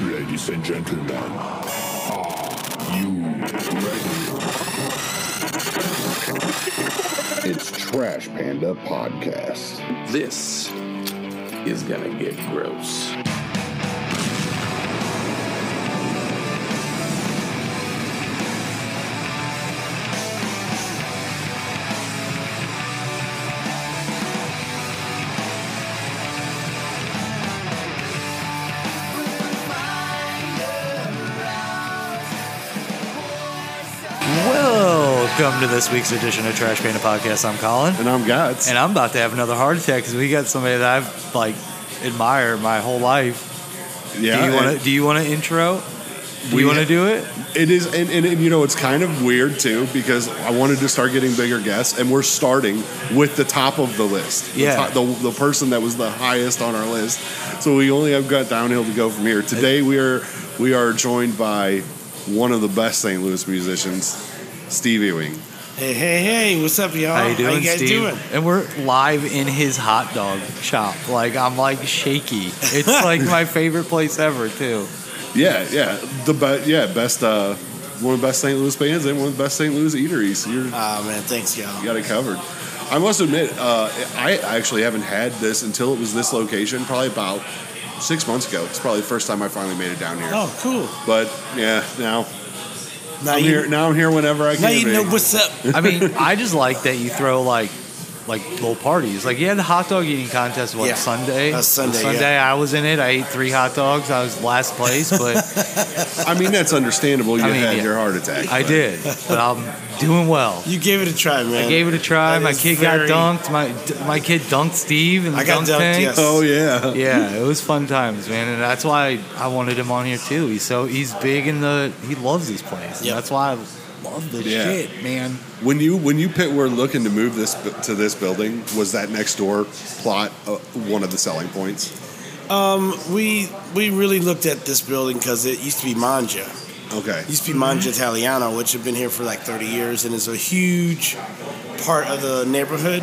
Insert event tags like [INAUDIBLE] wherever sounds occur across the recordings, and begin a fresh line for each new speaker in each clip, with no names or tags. Ladies and gentlemen, are you ready? It's Trash Panda Podcast.
This is gonna get gross.
Welcome to this week's edition of Trash Panda Podcast. I'm Colin,
And I'm Guts.
and I'm about to have another heart attack because we got somebody that I've like admired my whole life. do you want
and
to? Do you want to intro? Do
We
you want to
ha-
do it?
It is, and, and, and you know, it's kind of weird too because I wanted to start getting bigger guests, and we're starting with the top of the list. The
Yeah.
top- the, the person that was the highest on our list. So we only have got downhill to go from here. Today we are we are joined by one of the best St. Louis musicians, Steve Ewing.
Hey, hey, hey, what's up, y'all?
How you doing,
Oh, guys
Steve?
doing?
And we're live in his hot dog shop. Like I'm like shaky. It's like my favorite place ever too.
Yeah, yeah, the be- yeah best uh, one of the best St. Louis bands and one of the best St. Louis eateries. You're
Oh, man, thanks, y'all.
You got it covered. I must admit, uh, I actually haven't had this until it was this location, probably about six months ago. It's probably the first time I finally made it down here.
Oh, cool.
But yeah, now
Now
I'm
you,
here. Now I'm here whenever I can.
now you
be.
know what's up.
I mean, I just like that you throw like like little parties. Like you had the hot dog eating contest what
Yeah.
Sunday?
That was Sunday,
I was in it. I ate three hot dogs. I was last place, but
I mean, that's understandable. You
[LAUGHS] I mean,
had
yeah.
your heart attack.
I
but-
did. But I'm doing well.
You gave it a try, man.
I gave it a try.
That
My
is
kid
very-
got dunked. My d- my kid dunked Steve and the
I got
dunk
dunked,
tank.
yes.
Oh yeah.
Yeah, it was fun times, man, and that's why I wanted him on here too. He's so he's big in the he loves this place. and
Yep.
That's why I love this
Yeah.
shit, man.
When you when you pit were looking to move this bu- to this building, was that next door plot uh, one of the selling points?
Um, we we really looked at this building because it used to be Manja. It
Okay.
used to be Manja Italiano, which had been here for like 30 years and is a huge part of the neighborhood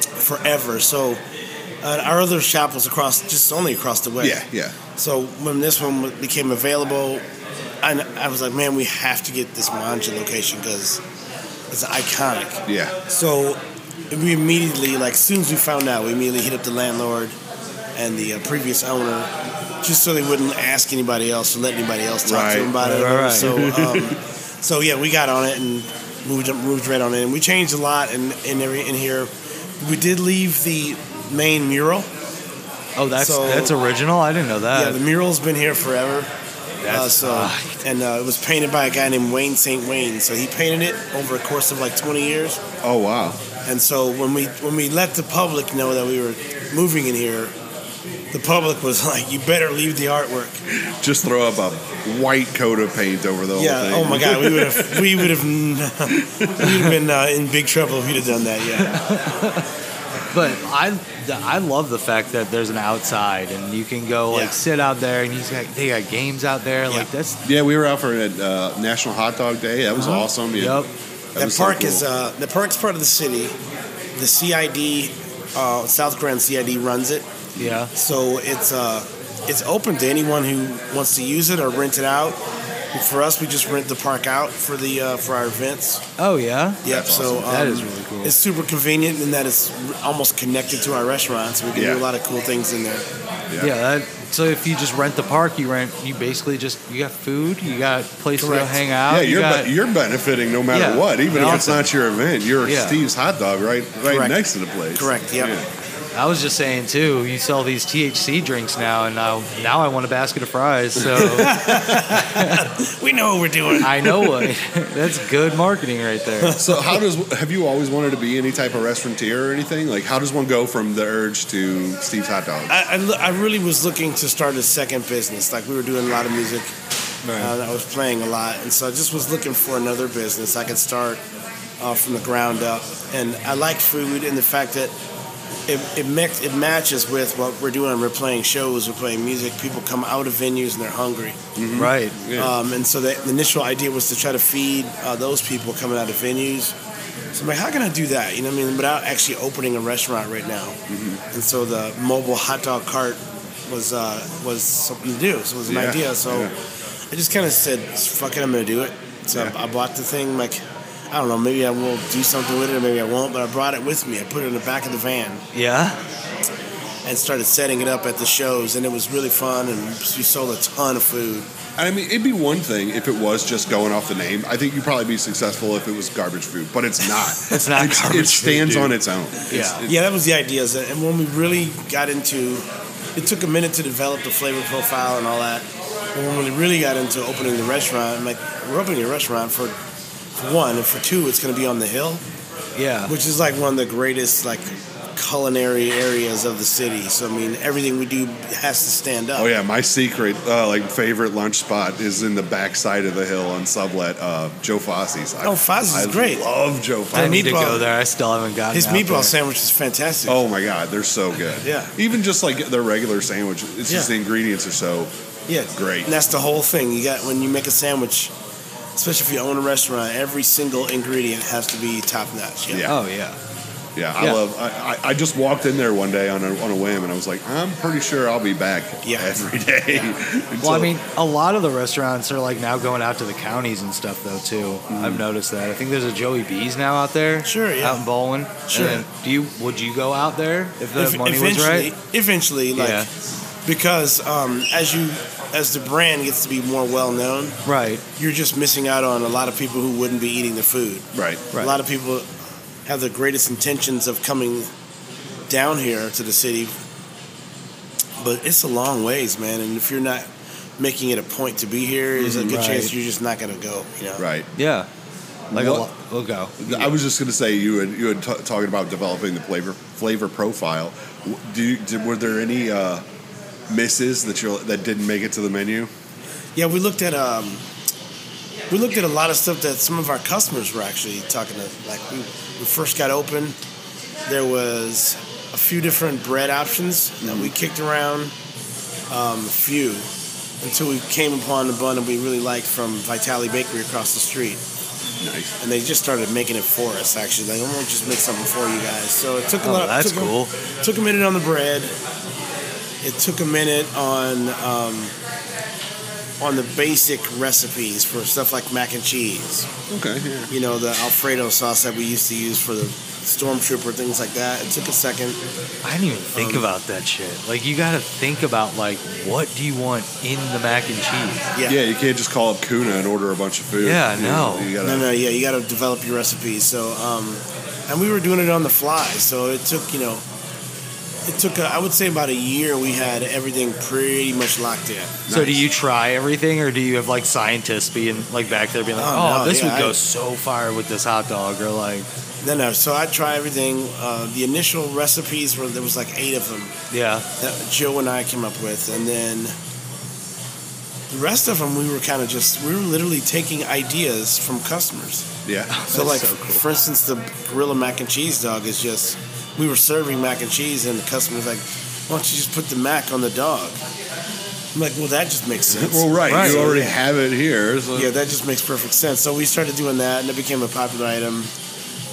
forever. So uh, our other shop was across, just only across the way.
Yeah, yeah.
So when this one became available, I, I was like, man, we have to get this Manja location because it's iconic.
Yeah.
So we immediately, like, as soon as we found out, we immediately hit up the landlord and the uh, previous owner just so they wouldn't ask anybody else or let anybody else talk to
Right.
them about it.
Right, right,
So, um,
[LAUGHS]
so yeah, we got on it and moved moved right on in. We changed a lot in in, every, in here. We did leave the main mural.
Oh, that's
So-
that's original. I didn't know
Yeah,
Uh,
that.
the mural's been here forever. Uh,
that's
so, and uh, it was painted by a guy named Wayne St. Wayne. So he painted it over a course of like 20 years.
Oh wow.
And so when we when we let the public know that we were moving in here, the public was like, "You better leave the artwork."
Just throw up a white coat of paint over the whole
yeah.
thing.
Oh my
[LAUGHS]
God, we would have we would have [LAUGHS] we'd have been uh, in big trouble if we'd have done that. Yeah.
But I, I love the fact that there's an outside and you can go like
Yeah.
sit out there and you got, they got games out there. Like
Yeah.
that's
Yeah, we were out for a uh, National Hot Dog Day. That
Uh-huh.
was awesome. Yeah,
Yep.
that
That
was so
park
cool.
is uh, the park's part of the city. The CID, uh, South Grand CID runs it.
Yeah.
So it's uh, it's open to anyone who wants to use it or rent it out. For us, we just rent the park out for the uh, for our events.
Oh yeah.
Yep.
That's
so
awesome.
um,
That is really cool.
It's super convenient in that it's r- almost connected to our restaurant, so we can
Yeah.
do a lot of cool things in there.
Yeah. that, so if you just rent the park, you rent. You basically just you got food. You got place to go
Correct.
hang out.
yeah,
you
you're
got,
be- you're benefiting no matter
Yeah,
what, even if it's
awesome.
not your event. You're
Yeah.
Steve's Hot Dog right right
Correct.
next to the place.
Correct, yep.
I was just saying too. You sell these THC drinks now, and now now I want a basket of fries.
[LAUGHS]
So
We know what we're doing.
I know what. That's good marketing right there.
So how does have you always wanted to be any type of restaurateur or anything? Like how does one go from the urge to Steve's Hot Dog?
I, I, lo- I really was looking to start a second business. Like we were doing a lot of music, uh, I was playing a lot, and so I just was looking for another business I could start uh, from the ground up. And I like food and the fact that it it, mix, it matches with what we're doing. We're playing shows, we're playing music. People come out of venues and they're hungry.
Right.
Um, and so the, the initial idea was to try to feed uh, those people coming out of venues. So I'm like, how can I do that? You
Mm-hmm.
know what I mean? Without actually opening a restaurant right now. And so the mobile hot dog cart was uh, was something to do. So it was an
Yeah,
idea. So
yeah.
I just kind of said, "Fuck it, I'm gonna do it." So
Yeah.
I, I bought the thing. Like I don't know, maybe I will do something with it, or maybe I won't. But I brought it with me. I put it in the back of the van
Yeah.
and started setting it up at the shows, and it was really fun. And we sold a ton of food.
I mean, it'd be one thing if it was just going off the name. I think you'd probably be successful if it was garbage food, but it's not.
[LAUGHS] It's not
It's-
garbage
It stands
food, dude.
on its own. It's-
Yeah.
it-
Yeah, that was the idea. is that- And when we really got into, it took a minute to develop the flavor profile and all that. And when we really got into opening the restaurant, I'm like, we're opening a restaurant for, for one, and for two, it's going to be on the hill,
Yeah.
which is like one of the greatest like culinary areas of the city. So I mean, everything we do has to stand up.
Oh yeah, my secret uh, like favorite lunch spot is in the backside of the hill on Sublet, uh, Joe Fosse's. I,
Oh, Fozzie's
I
is great.
Love Joe
I need
Fossey's.
to go
meatball-
there. I still haven't gotten
His
out
meatball
there.
sandwich is fantastic.
Oh my god, they're so good.
Yeah.
Even just like their regular sandwich, it's just
Yeah.
the ingredients are so.
Yeah,
Great.
And that's the whole thing. You got when you make a sandwich, especially if you own a restaurant, every single ingredient has to be top notch.
Yeah.
Oh yeah.
Yeah, I
Yeah.
love. I, I- I just walked in there one day on a, on a whim, and I was like, I'm pretty sure I'll be back
Yeah.
[LAUGHS] every day.
Well, I
Until-
mean, a lot of the restaurants are like now going out to the counties and stuff though too. I've noticed that. I think there's a Joey B's now out there.
Mm-hmm. Sure, yeah.
Out in Bowling.
Sure.
And do you would you go out there if the
Ev-
money was right?
Eventually, like
Yeah.
because um, as you as the brand gets to be more well known,
Right.
you're just missing out on a lot of people who wouldn't be eating the food.
right.
Right.
A lot of people have the greatest intentions of coming down here to the city, but it's a long ways, man. And if you're not making it a point to be here, there's a good
Right.
chance you're just not gonna go. You know?
Right.
Yeah. Like a
What-
lo- we'll go.
I was just going to say you had you had t- talking about developing the flavor flavor profile. W- Do you, did, were there any uh, misses that you that didn't make it to the menu?
Yeah, we looked at um, we looked at a lot of stuff that some of our customers were actually talking to. Like we, we first got open, there was a few different bread options that we kicked around, um, a few, until we came upon the bun that we really liked from Vitali Bakery across the street,
Nice.
and they just started making it for us. Actually, like, I won't just make something for you guys. So it took a
Oh,
lot.
that's
took a-
cool.
took a minute on the bread. It took a minute on um, on the basic recipes for stuff like mac and cheese.
Okay. Yeah.
You know, the Alfredo sauce that we used to use for the stormtrooper things like that. It took a second.
I didn't even think
Um,
about that shit. Like you got to think about like what do you want in the mac and cheese?
Yeah.
Yeah. you can't just call up Kuna and order a bunch of food.
Yeah,
You-
no.
You gotta,
No, no, yeah, you got to develop your recipes. So, um, and we were doing it on the fly. So it took, you know, it took, uh, I would say, about a year. We had everything pretty much locked in.
So do you try everything or do you have like scientists being like back there being like,
Oh,
"Oh,
no,
this
yeah,
would go
I-
so far with this hot dog" or like,
No, no. So I try everything. Uh, the initial recipes were there was like eight of them.
yeah.
that Joe and I came up with, and then the rest of them we were kind of just we were literally taking ideas from customers.
Yeah.
So like for instance, the gorilla mac and cheese dog is just we were serving mac and cheese, and the customer's like, "Why don't you just put the mac on the dog?" I'm like, "Well, that just makes
[LAUGHS]
sense."
Well, right.
Right.
You already have it here. So.
Yeah, that just makes perfect sense. So we started doing that, and it became a popular item.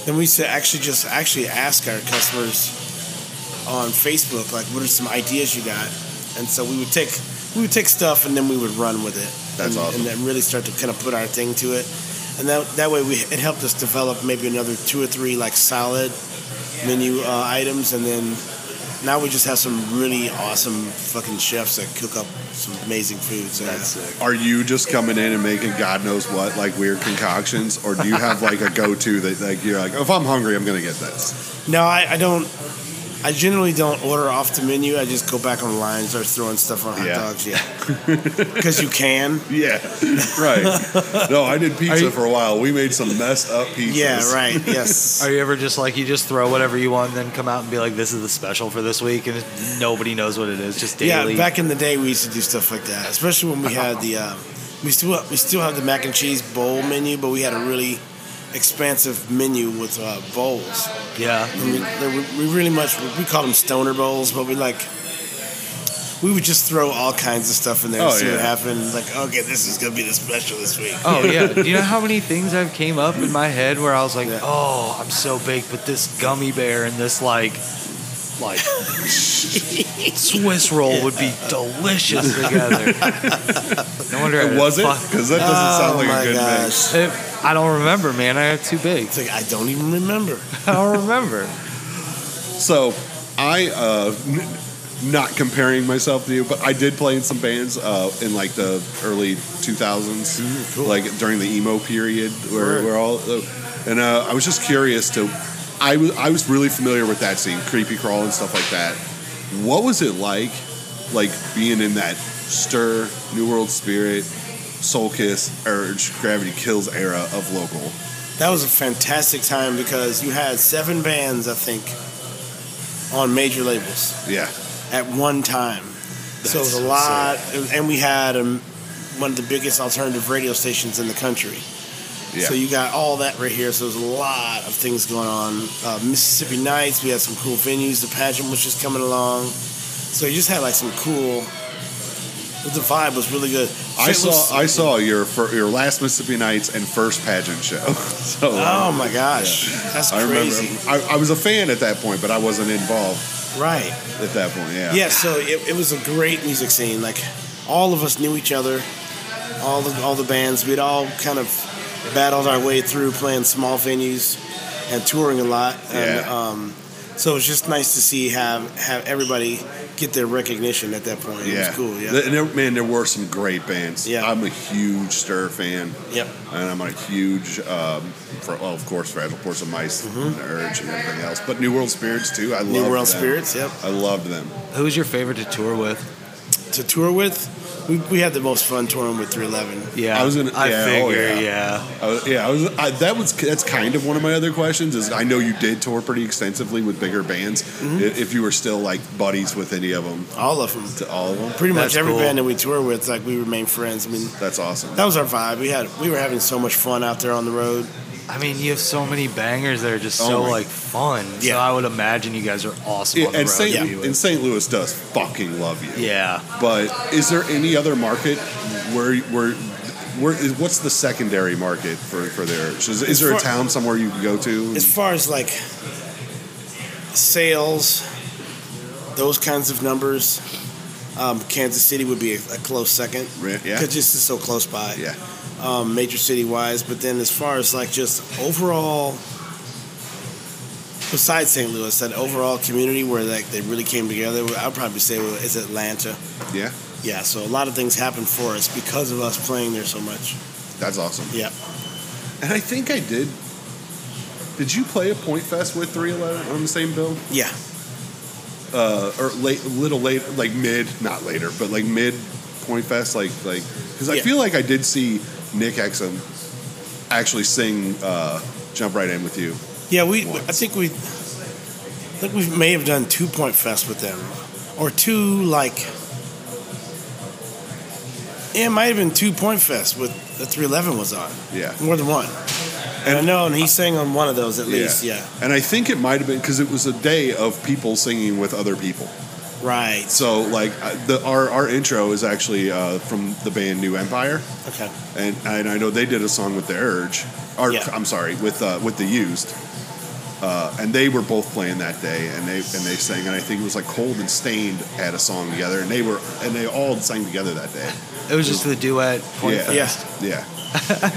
Then we used to actually just actually ask our customers on Facebook, like, what are some ideas you got? And so we would take we would take stuff, and then we would run with it.
That's
and,
awesome.
And then really start to kind of put our thing to it, and that that way we it helped us develop maybe another two or three like solid menu uh, items, and then. Now we just have some really awesome fucking chefs that cook up some amazing food. So That's sick.
Are you just coming in and making God knows what like weird concoctions, or do you have like a go-to that like you're like if I'm hungry I'm gonna get this?
No, I, I don't. I generally don't order off the menu. I just go back online and start throwing stuff on hot
Yeah.
dogs. Yeah,
[LAUGHS]
because you can.
Yeah, [LAUGHS] right. No, I did pizza
you-
for a while. We made some messed up pizzas. [LAUGHS]
Yeah, right. Yes.
Are you ever just like you just throw whatever you want and then come out and be like, "This is the special for this week," and nobody knows what it is, just daily.
Yeah, back in the day, we used to do stuff like that, especially when we had the. Um, we still we still have the mac and cheese bowl menu, but we had a really expansive menu with uh, bowls.
yeah,
And we, there were- we really much we called them stoner bowls, but we like we would just throw all kinds of stuff in there and
Oh,
see what
yeah.
happened. Like, okay, this is gonna be the special this week.
Oh yeah. Do you know how many things I've came up in my head where I was like,
Yeah.
"Oh, I'm so big," but this gummy bear and this like
[LAUGHS]
Like Swiss roll would be delicious together. No wonder
It
I
was it?
fuck-
Because that doesn't
Oh
sound like a good mix.
It, I don't remember, man. I got too big.
It's like I don't even remember.
[LAUGHS] I don't remember.
So, I uh, n- not comparing myself to you, but I did play in some bands uh, in like the early 2000s, like during the emo period, where we're all. Uh, and uh, I was just curious to, I was I was really familiar with that scene, creepy crawl and stuff like that. What was it like, like being in that stir, New World Spirit, Soul Kiss, Urge, Gravity Kills era of local?
That was a fantastic time because you had seven bands, I think, on major labels.
Yeah,
at one time. so it was a lot, it was- and we had um, one of the biggest alternative radio stations in the country.
yeah.
So you got all that right here. So there's a lot of things going on. Uh, Mississippi Nights, we had some cool venues. The pageant was just coming along. So you just had like some cool. The vibe was really good.
I
Shit was-
saw I saw your fir- your last Mississippi Nights and first pageant show. [LAUGHS] So uh,
Oh my gosh, that's
I remember
crazy!
I, I was a fan at that point, but I wasn't involved
Right?
at that point. Yeah.
Yeah. So it, it was a great music scene. Like all of us knew each other. All the all the bands. We'd all kind of battled our way through playing small venues and touring a lot. And,
Yeah.
um, so it was just nice to see have have everybody get their recognition at that point. It
Yeah.
was cool. Yeah.
Th- and there- man, there were some great bands.
Yeah.
I'm a huge Stir fan,
yep.
and I'm a huge, um, for, well, of course, Fragile Porcelain Mice and Urge and everything else. But New World Spirits too. I love
Mm-hmm. New World
them.
Spirits. Yep.
I loved them.
Who's your favorite to tour with?
To tour with. We, we had the most fun touring with 311.
Yeah,
I was gonna-
I
yeah, oh,
figure.
yeah.
yeah.
I was, yeah, I was, I, that was that's kind of one of my other questions. Is I know you did tour pretty extensively with bigger bands. i- If you were still like buddies with any of them,
All of them.
to all of them,
Pretty much
That's
every
cool.
band that we tour with, like we remain friends. I mean,
that's awesome.
that was our vibe. We had we were having so much fun out there on the road.
I mean, you have so many bangers that are just
Oh
so
my-
like fun. So
Yeah.
I would imagine you guys are awesome
Yeah,
on the
and
road.
St.
to be with.
and St. Louis does fucking love you.
yeah.
But is there any other market where where where is, what's the secondary market for for their Is, is there a
far-
town somewhere you can go to?
as far as like sales, those kinds of numbers, um, Kansas City would be a, a close second.
Re- yeah.
Because just is so close by.
Yeah.
Um, major city wise, but then as far as like just overall, besides St. Louis, that overall community where like they really came together, I'd probably say well, is Atlanta.
Yeah,
Yeah. So a lot of things happened for us because of us playing there so much.
that's awesome.
Yeah.
And I think I did. Did you play a Point Fest with 311 on the same bill?
Yeah.
uh, or late, little late, like mid, not later, but like mid Point Fest, like like because I
Yeah.
feel like I did see Nick Exum actually sing uh, "Jump Right In" with you.
Yeah, we.
once.
I think we. I think we may have done two point fest with them, or two like. Yeah, it might have been two point fest with the three eleven was on
Yeah,
more than one. And I know, and he sang on one of those at
Yeah.
least. Yeah,
and I think it might have been because it was a day of people singing with other people.
right.
So like I- the our our intro is actually uh, from the band New Empire,
Okay,
and and I know they did a song with the Urge, or
Yeah.
I'm sorry, with uh, with the Used. Uh, and they were both playing that day, and they and they sang, and I think it was like Cold and Stained had a song together, and they were and they all sang together that day.
It was just the duet. Point
yeah,
Yeah.
yeah. [LAUGHS]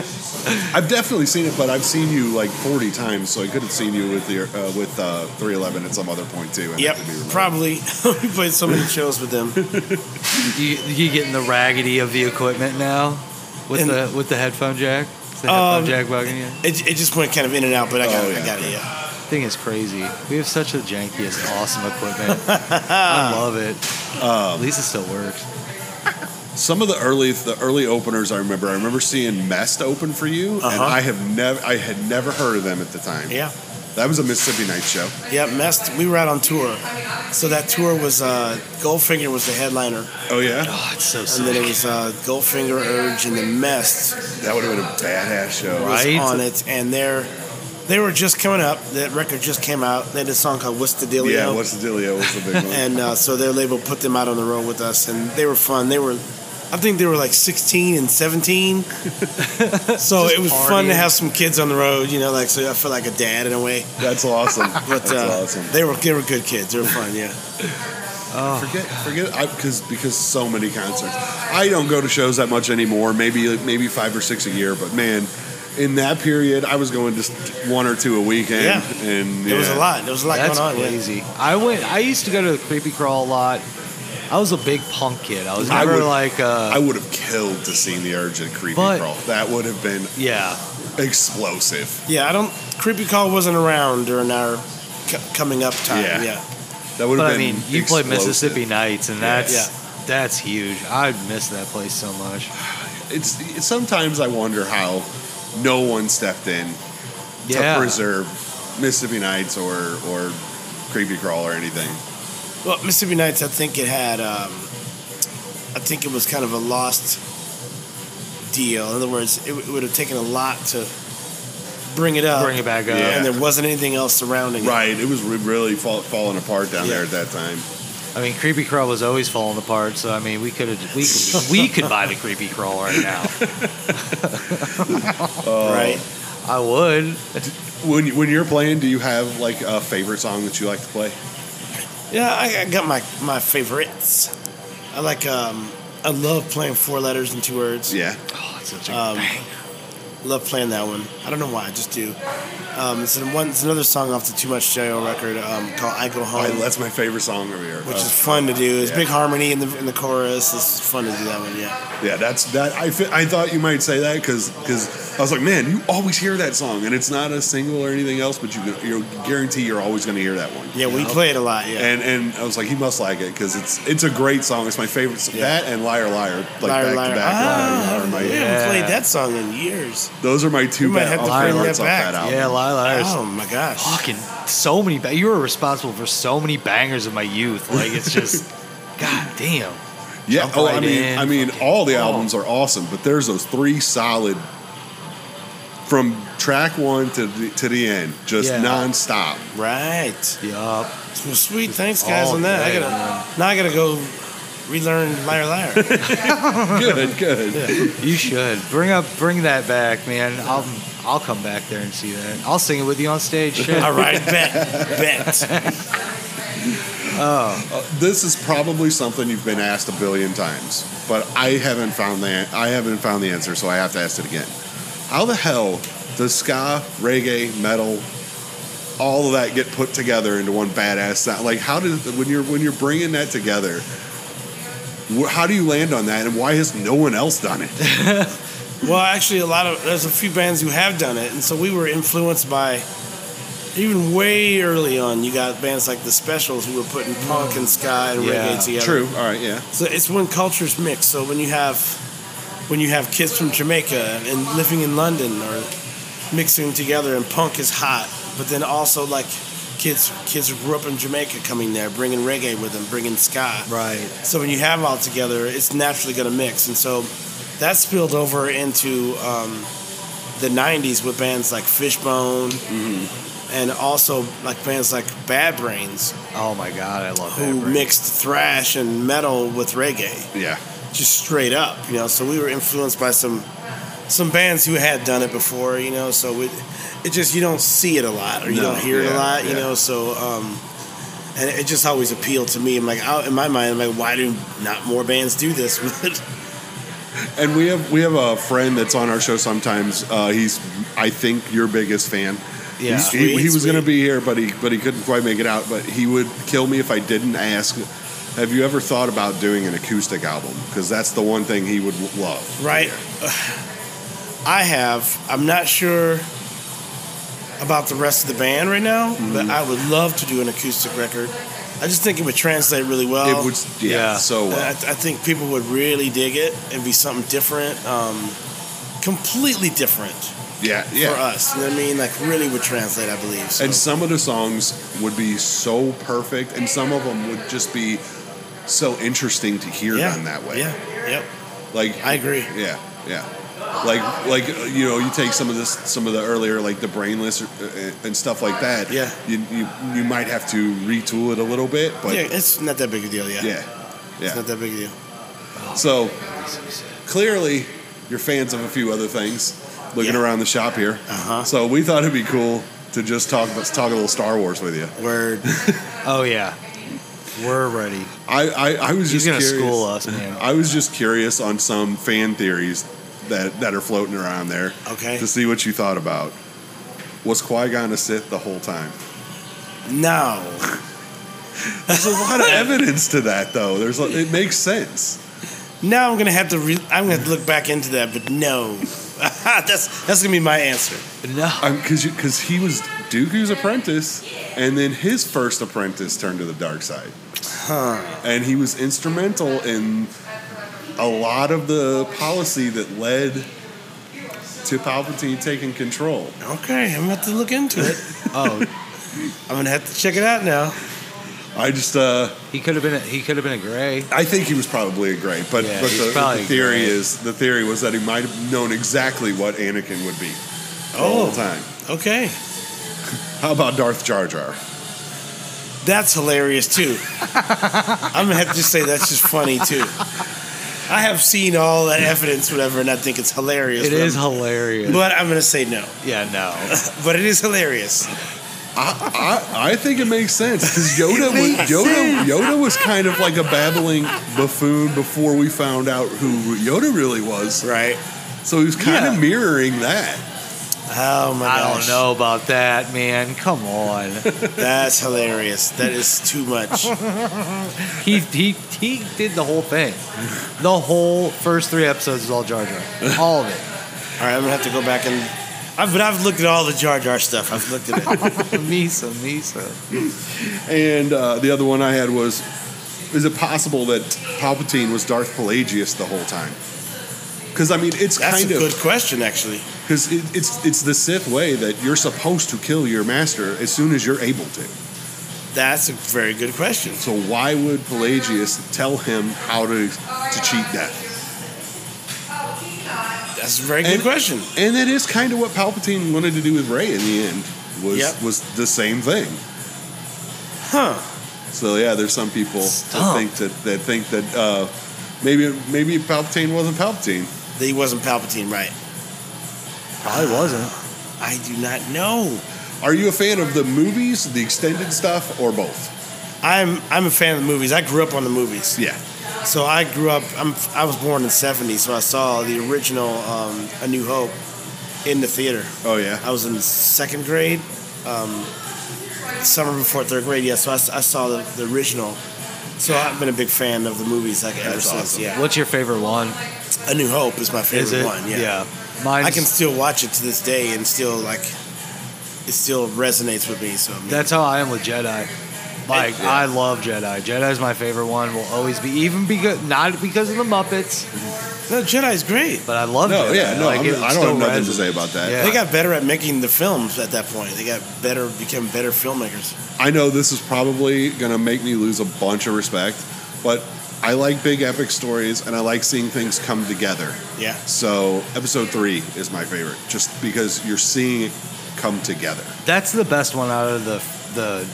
I've definitely seen it, but I've seen you like 40 times, so I could have seen you with the uh, with uh, 311 at some other point too. and I
yep,
could be remembering.
probably. [LAUGHS] we played so many shows with them.
You, you getting the raggedy of the equipment now with
And-
the with the headphone jack? Is the
Um,
headphone jack bugging you?
It, it just went kind of in and out, but I got
Oh,
it.
yeah.
I got it. Yeah,
Thing is crazy. We have such the jankiest, awesome
[LAUGHS]
equipment. I love it.
Um,
At least it still works.
Some of the early the early openers I remember. I remember seeing Mest open for you, and
Uh-huh.
I have never I had never heard of them at the time.
yeah.
That was a Mississippi Night show.
Yeah, messed. We were out on tour, so that tour was uh, Goldfinger was the headliner,
Oh yeah,
Oh, it's so
and
sick.
then it was uh, Goldfinger, Urge, and the Mest
that would have been a badass show.
was
Right.
on it, and they're they were just coming up. That record just came out. They had a song called "What's the Dealio,"
Yeah,
[LAUGHS]
what's the dealio? What's the big one?
and uh, so their label put them out on the road with us, and they were fun. They were I think they were like 16
[LAUGHS]
and 17. so it was fun to
partying.
have some kids on the road, you know, like, so I felt like a dad in a way.
That's awesome.
[LAUGHS] But
That's
uh,
awesome.
they were they were good kids. They were fun, yeah.
Forget, forget, I because because so many concerts. I don't go to shows that much anymore. Maybe maybe five or six a year. But man, in that period, I was going just one or two a weekend.
Yeah.
and
There was a
yeah.
lot. There was a lot
That's
going on. yeah.
crazy. I went. I used to go to the creepy crawl a lot. I was a big punk kid. I was
I
never
would-
like, uh,
I would have killed to see the urgent creepy
But-
crawl. That would have been
yeah.
explosive.
Yeah, I don't. Creepy Call wasn't around during our c- coming up time.
Yeah.
Yeah.
That would
But
have
I
been.
mean, you play
explosive.
Mississippi Nights, and that's
yeah.
that's huge. I miss that place so much.
It's, it's sometimes I wonder how no one stepped in
Yeah.
to preserve Mississippi Nights or or creepy crawl or anything.
Well, Mississippi Nights, I think it had. Um, I think it was kind of a lost deal. In other words, it, w- it would have taken a lot to bring it up.
Bring it back up.
Yeah.
And there wasn't anything else surrounding it.
Right, it was re- really fall, falling apart down
Yeah.
there at that time.
I mean, Creepy Crawl was always falling apart, so I mean, we could have we could, we could buy the Creepy Crawl right now.
Oh.
Right.
I would.
When when you're playing, do you have like a favorite song that you like to play?
Yeah, I, I got my my favorites. I like. Um, I love playing four letters and two words.
Yeah,
Oh, it's such a
Um,
banger.
Love playing that one. I don't know why. I just do. Um, it's, an one, it's another song off the Too Much Jail record um, called "I Go Home,"
I- that's my favorite song over here.
which
Uh,
is fun to do. It's
yeah.
big harmony in the in the chorus. It's fun to do that one. Yeah.
yeah, that's that. I fe- I thought you might say that because I was like, man, you always hear that song, and it's not a single or anything else, but you can, you're guarantee you're always going to hear that one.
Yeah, we play it a lot. Yeah.
And and I was like, he must like it because it's it's a great song. It's my favorite. song.
Yeah.
That and Liar Liar, like
Liar,
back
Liar.
to back.
Ah,
Liar, Liar, my-
we
Yeah.
haven't played that song in years.
Those are my two
We might
ba-
have to
favorite
bring that
off
back.
that album.
yeah, Lila.
Oh my gosh.
fucking so many. Ba- you were responsible for so many bangers of my youth. Like it's just, god damn.
Yeah.
Jump
oh, I
right
mean,
in,
I mean,
fucking-
all the
oh.
albums are awesome, but there's those three solid from track one to the, to the end, just
Yeah.
nonstop.
Right.
Yup.
Well, sweet. Thanks, guys,
All
on that.
day,
I
man.
gotta now. I gotta go relearn "Liar Liar."
[LAUGHS]
Good, good.
You should bring up, bring that back, man. I'll, I'll come back there and see that. I'll sing it with you on stage. Shit.
All right, bet, bet.
This is probably something you've been asked a billion times, but I haven't found the I haven't found the answer, so I have to ask it again. How the hell does ska, reggae, metal, all of that get put together into one badass sound? Like, how did when you're when you're bringing that together? wh- How do you land on that, and why has no one else done it?
Well, actually, a lot of there's a few bands who have done it, and so we were influenced by even way early on. You got bands like the Specials who were putting punk and ska and
Yeah,
reggae together.
True. All right. Yeah.
So it's when cultures mix. So when you have when you have kids from Jamaica and living in London or mixing together, and punk is hot, but then also like kids kids who grew up in Jamaica coming there, bringing reggae with them, bringing ska.
Right.
So when you have all together, it's naturally going to mix, and so that spilled over into um, the '90s with bands like Fishbone, and also like bands like Bad Brains,
Oh my god, I love
who
that. break.
mixed thrash and metal with reggae,
Yeah.
just straight up. You know, so we were influenced by some some bands who had done it before. You know, so it it just you don't see it a lot or you
No,
don't hear it a
yeah,
lot. You
yeah.
know, so. Um, and it just always appealed to me. I'm like, out in my mind, I'm like, why do not more bands do this? [LAUGHS] But
And we have we have a friend that's on our show sometimes. Uh, he's I think your biggest fan.
Yeah.
He's- he,
Sweet,
he was
sweet.
going to be here, but he but he couldn't quite make it out. But he would kill me if I didn't ask. Have you ever thought about doing an acoustic album? Because that's the one thing he would w- love.
Right. I have. I'm not sure about the rest of the band right now,
Mm-hmm.
but I would love to do an acoustic record. I just think it would translate really well.
It would, yeah.
Yeah.
So uh,
I,
well.
I think people would really dig it. It'd be something different, um, completely different
yeah, yeah.
for us. You know what I mean? Like really would translate, I believe. So.
And some of the songs would be so perfect, and some of them would just be so interesting to hear
yeah.
done that way.
Yeah. Yep.
Like
I agree.
Yeah, yeah. Like, like uh, you know, you take some of this, some of the earlier, like the brainless uh, uh, and stuff like that.
Yeah.
you you, you might have to retool it a little bit, but
yeah, it's not that big a deal. Yeah.
yeah,
It's
yeah.
not that big a deal.
So clearly you're fans of a few other things looking
Yeah.
around the shop here.
Uh-huh.
So we thought it'd be cool to just talk let's talk a little Star Wars with you.
Word.
Oh yeah, we're ready.
I, I, I was
He's
just
gonna
curious.
school us, man.
[LAUGHS]
I was just curious on some fan theories that, that are floating around there
Okay.
to see what you thought about. Was Qui Gon a Sith the whole time?
No.
There's a lot of evidence to that, though. There's a- it makes sense.
Now I'm gonna have to re- I'm gonna have to look back into that, but no, [LAUGHS] that's that's gonna be my answer.
No,
because because he was Dooku's apprentice, and then his first apprentice turned to the dark side, and he was instrumental in a lot of the policy that led to Palpatine taking control.
Okay, I'm gonna have to look into it.
oh,
I'm gonna have to check it out now.
I just uh,
he could have been. A, he could have been a gray.
I think he was probably a great, but,
Yeah,
but
he's
the,
probably
the theory
great.
is the theory was that he might have known exactly what Anakin would be the
Oh.
whole time.
Okay,
How about Darth Jar Jar?
that's hilarious too. I'm gonna have to just say that's just funny too. I have seen all that evidence, whatever, and I think it's hilarious.
It
but
is
I'm-
hilarious.
but Oh I'm gonna say no.
yeah,
[LAUGHS]
no.
But it is hilarious.
I, I, I think it makes sense because [LAUGHS] Yoda was
makes
Yoda
sense.
Yoda was kind of like a babbling buffoon before we found out who Yoda really was.
Right.
So he was kind
Yeah.
of mirroring that.
Oh my
I
gosh.
don't know about that, man. Come on.
[LAUGHS] That's hilarious. That is too much.
he he he did the whole thing. The whole first three episodes is all Jar Jar. All of
[LAUGHS]
it.
All right, I'm gonna have to go back and. I've, but I've looked at all the Jar Jar stuff. I've looked
[LAUGHS]
at it.
Misa, Misa.
And uh, the other one I had was, is it possible that Palpatine was Darth Pelagius the whole time? Because I mean, it's
That's
kind
a
of
good question, actually.
because it, it's it's the Sith way that you're supposed to kill your master as soon as you're able to.
That's a very good question.
So why would Pelagius tell him how to to cheat death?
That's a very good
And-
question.
And that is kind of what Palpatine wanted to do with Ray in the end. Was
Yep.
was the same thing.
Huh.
So yeah, there's some people that
Stumped.
think that that think that uh, maybe maybe Palpatine wasn't Palpatine.
That He wasn't Palpatine, right?
Probably wasn't.
I do not know.
Are you a fan of the movies, the extended stuff, or both?
I'm I'm a fan of the movies. I grew up on the movies.
Yeah.
So I grew up. I'm I was born in '70, so I saw the original um, A New Hope in the theater.
Oh yeah.
I was in second grade, um, summer before third grade. Yeah, so I, s- I saw the, the original. So I've been a big fan of the movies like ever
That's
since.
awesome.
Yeah,
What's your favorite one?
A New Hope is my favorite
Is it?
one. Yeah.
Mine's,
I can still watch it to this day and still like it still resonates with me. So I mean,
That's how I am with Jedi. Like
Yeah.
I love Jedi. Jedi's my favorite one. Will always be even because not because of the Muppets,
no Jedi's great.
but I love
No,
Jedi.
yeah, no,
like,
I'm-
it
I don't
still
have nothing to
resonates.
say about that.
Yeah.
They got better at making the films at that point. They got better, became better filmmakers.
I know this is probably gonna make me lose a bunch of respect, but I like big epic stories and I like seeing things come together.
Yeah,
So episode three is my favorite, just because you're seeing it come together.
That's the best one out of the the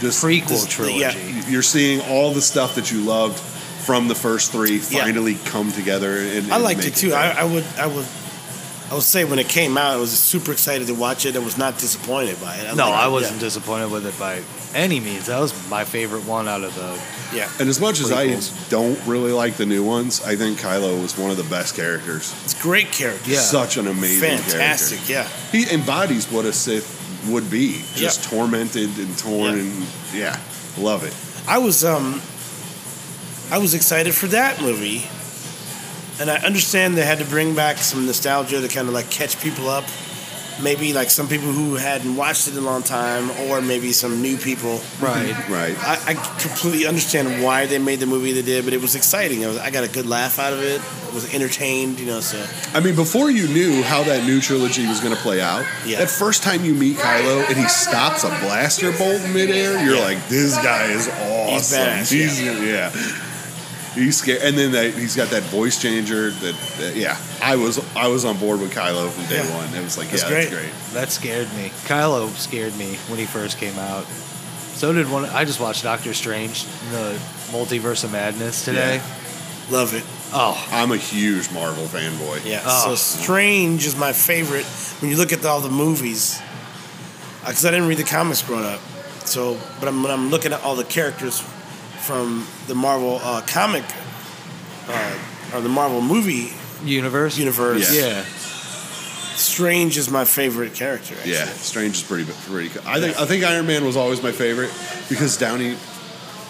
Just
prequel
this-
trilogy.
yeah.
you're seeing all the stuff that you loved from the first three
Yeah.
finally come together. And,
I
and
liked
make
it too.
work.
I, I would, I would, I would say when it came out, I was super excited to watch it and was not disappointed by it.
No,
liked
I
it.
wasn't disappointed with it by any means. That was my favorite one out of the.
Yeah. yeah,
and as much as
Prequels.
I don't really like the new ones, I think Kylo was one of the best characters.
it's great character.
Yeah.
Such an amazing
fantastic. Yeah,
character. He embodies what a Sith would be, just
Yeah.
tormented and torn
Yeah.
and yeah, love it.
I was, um, I was excited for that movie, and I understand they had to bring back some nostalgia to kind of like catch people up. Maybe like some people who hadn't watched it in a long time, or maybe some new people.
Right.
Right.
I, I completely understand why they made the movie they did, but it was exciting. I, was, I got a good laugh out of it. I was entertained, you know. So
I mean, before you knew how that new trilogy was going to play out,
Yeah.
that first time you meet Kylo and he stops a blaster bolt in midair, you're
Yeah.
like, this guy is awesome.
badass,
He's- yeah. He's scared, and then that, he's got that voice changer. That, that- yeah, I was I was on board with Kylo from day
Yeah.
one. It was like,
That's
yeah,
great.
that's great.
That scared me. Kylo scared me when he first came out. So did one. I just watched Doctor Strange in the Multiverse of Madness today.
love it.
Oh,
I'm a huge Marvel fanboy.
Yeah.
Oh.
So Strange is my favorite. When you look at all the movies, because I didn't read the comics growing up, so but I'm, when I'm looking at all the characters from the Marvel uh, comic uh, or the Marvel movie
universe.
universe,
Yeah.
Yeah.
Strange is my favorite character. Actually.
Yeah, Strange is pretty pretty. Cool. I think I think Iron Man was always my favorite because Downey,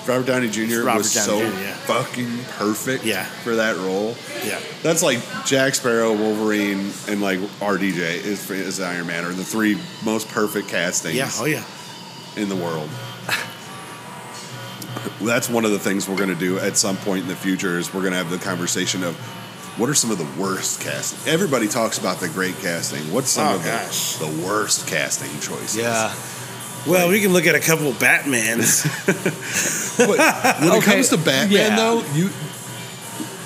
Robert Downey Jr.
Robert
was
Downey
so
Jr., yeah.
fucking perfect.
Yeah.
for that role.
Yeah.
That's like Jack Sparrow, Wolverine, and like RDJ is, is Iron Man are the three most perfect castings
Yeah. Oh yeah.
in the world. That's one of the things we're going to do at some point in the future is we're going to have the conversation of what are some of the worst castings. Everybody talks about the great casting. What's some
Oh,
of
gosh.
the, the worst casting choices?
Yeah.
Well, we can look at a couple
[LAUGHS]
of Batmans.
[LAUGHS]
But when it
Okay,
comes to Batman,
yeah.
though, you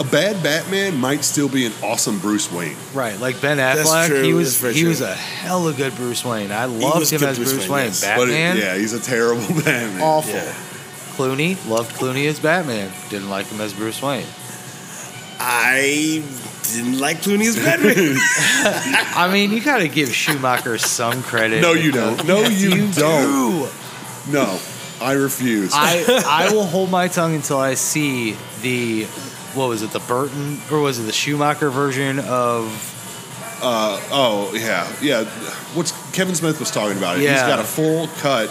a bad Batman might still be an awesome Bruce Wayne.
Right. Like Ben Affleck,
true,
he
that's
was
very
he
true.
was a hella good Bruce Wayne. I
was
loved him
good
as
Bruce
Bruce,
Wayne,
Wayne.
yes.
But it-
Batman,
yeah, he's a terrible [LAUGHS] Batman.
awful.
Yeah.
Clooney loved Clooney as Batman. Didn't like him as Bruce Wayne.
I didn't like Clooney as
[LAUGHS]
Batman.
I mean, you gotta give Schumacher some credit.
No, you don't. No, you, don't. No, I refuse.
I I will hold my tongue until I see the what was it the Burton or was it the Schumacher version of
Uh, oh yeah, yeah. What's Kevin Smith was talking about? It. He's
Yeah.
got a full cut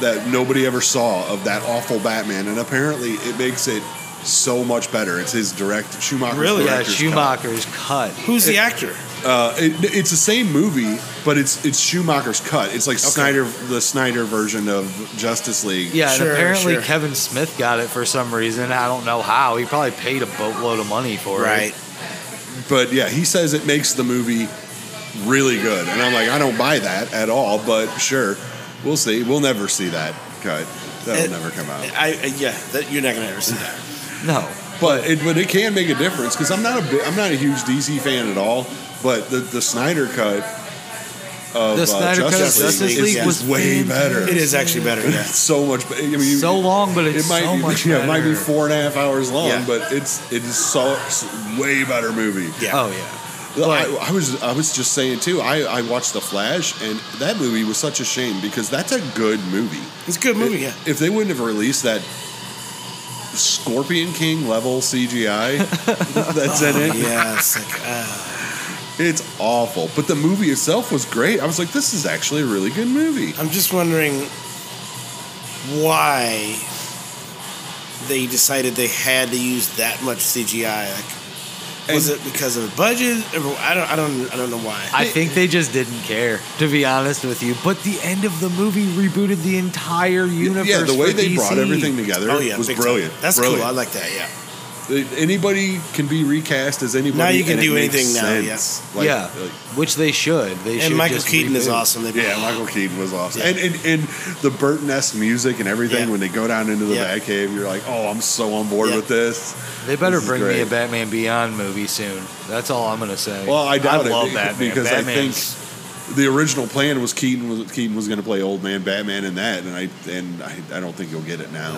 that nobody ever saw of that awful Batman, and apparently it makes it so much better. It's his direct Schumacher.
Really?
yeah
director's cut.
Schumacher's cut.
Who's the actor?
Uh, it, it's the same movie, but it's it's Schumacher's cut. It's like Snyder, the Snyder version of Justice League.
Yeah,
Sure,
and apparently
sure.
Kevin Smith got it for some reason. I don't know how. He probably paid a boatload of money for it.
But yeah, he says it makes the movie really good, and I'm like, I don't buy that at all. But sure, we'll see. We'll never see that cut. That'll
It-
never come out.
I, I yeah. That, you're not gonna ever see that.
No.
But it, but it can make a difference because I'm not a bi- I'm not a huge DC fan at all. But the, the Snyder cut of
The
uh,
Snyder Cut of
Justice,
Justice
League,
League
is,
was
is way better.
It is actually better. Yeah.
It's so much. be- I mean, you-
so long, but it's
it might
so
be
much
[LAUGHS] yeah,
better.
it might be four and a half hours long,
Yeah.
but it's it is so it's a way better movie.
Yeah.
Oh yeah.
I, I was I was just saying too. I, I watched The Flash, and that movie was such a shame because that's a good movie.
It's a good movie. Yeah.
If they wouldn't have released that Scorpion King level
[LAUGHS]
CGI that's in it,
yeah. It's like, uh,
it's awful. But the movie itself was great. I was like, this is actually a really good movie.
I'm just wondering why they decided they had to use that much CGI. Like, was
And-
it because of the budget? Or- I don't. I don't. I don't know why.
I think they just didn't care, to be honest with you. But the end of the movie rebooted the entire universe.
yeah, the way
for
they
DC.
brought everything together
oh yeah,
was
big time.
brilliant.
That's
brilliant.
cool. I like that. Yeah.
Anybody can be recast as anybody.
Now you can
and it
do
makes
anything now,
sense.
yeah.
Like-
yeah,
like-
which they should. They should
And Michael
just
Keaton is
reboot.
awesome. They-
yeah, Michael Keaton was awesome,
Yeah.
and, and and the Burton-esque music and everything.
Yeah.
When they go down into the
Yeah.
Batcave, you're like, oh, I'm so on board
Yeah.
with this.
They better
This is
bring me
great.
a Batman Beyond movie soon. That's all I'm gonna say.
Well, I doubt it
love
be-
Batman
because I think
Batman's-
The original plan was Keaton was Keaton was going to play old man Batman in that, and I and I, I don't think you'll get it [SIGHS] now.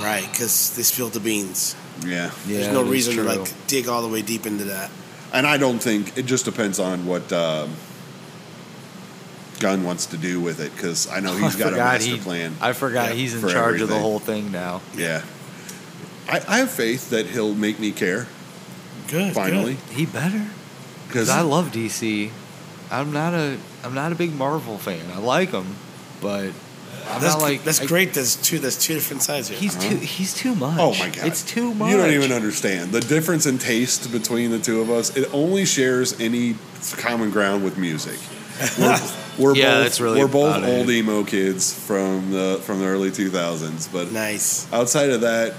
Right. Because they spilled the beans.
Yeah,
Yeah,
There's no
it is
reason to
true. [LAUGHS]
like dig all the way deep into that.
and I don't think it just depends on what um, Gunn wants to do with it because [LAUGHS] I know he's
I
got a
forgot
master
he-
plan.
I forgot he's in
for
charge of the
everything.
whole thing now.
yeah, I, I have faith that he'll make me care
Good.
finally
He better. Because
because
I love DC. I'm not a I'm not a big Marvel fan. I like them, but I'm
That's
not like
that's
I-
great. There's two. There's two different sides here.
He's too he's too much.
Oh my god,
it's too much.
You don't
[LAUGHS]
even understand the difference in taste between the two of us. It only shares any common ground with music.
[LAUGHS]
We're, we're
Yeah,
both
that's really eh?
we're both
about it.
old emo kids from the from the early two thousands, but
nice.
outside of that,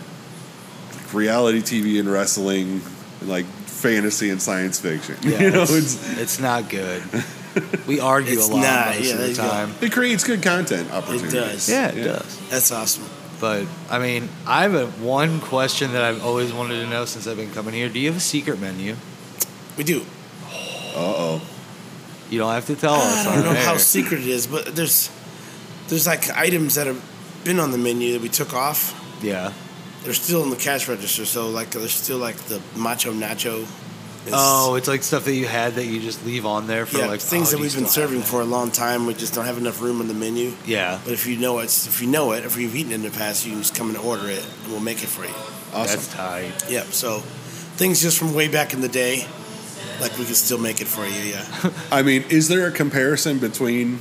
like, reality TV and wrestling, and like fantasy and science fiction. [LAUGHS]
Yeah,
you know,
it's,
it's,
it's not good.
[LAUGHS]
We argue
It's
a lot
not,
most
yeah,
of
there
the
you go.
time.
it creates good content opportunities.
does.
Yeah, it
Yeah.
does.
That's awesome.
But I mean, I have a, one question that I've always wanted to know since I've been coming here. Do you have a secret menu?
We do.
Uh oh.
You don't have to tell
I
us.
don't
on
know how
air.
secret it is, but there's there's like items that have been on the menu that we took off
Yeah.
they're still in the cash register. So like there's still like the macho nacho. is-
Oh, it's like stuff that you had that you just leave on there for
yeah,
like
things
oh,
that
do you
we've been
still have
serving
that?
for a long time. We just don't have enough room on the menu.
Yeah,
But if you know it's if you know it, if you've eaten it in the past, you can just come and order it, and we'll make it for you.
that's tight.
Yep. So things just from way back in the day, like we could still make it for you. Yeah.
I mean, is there a comparison between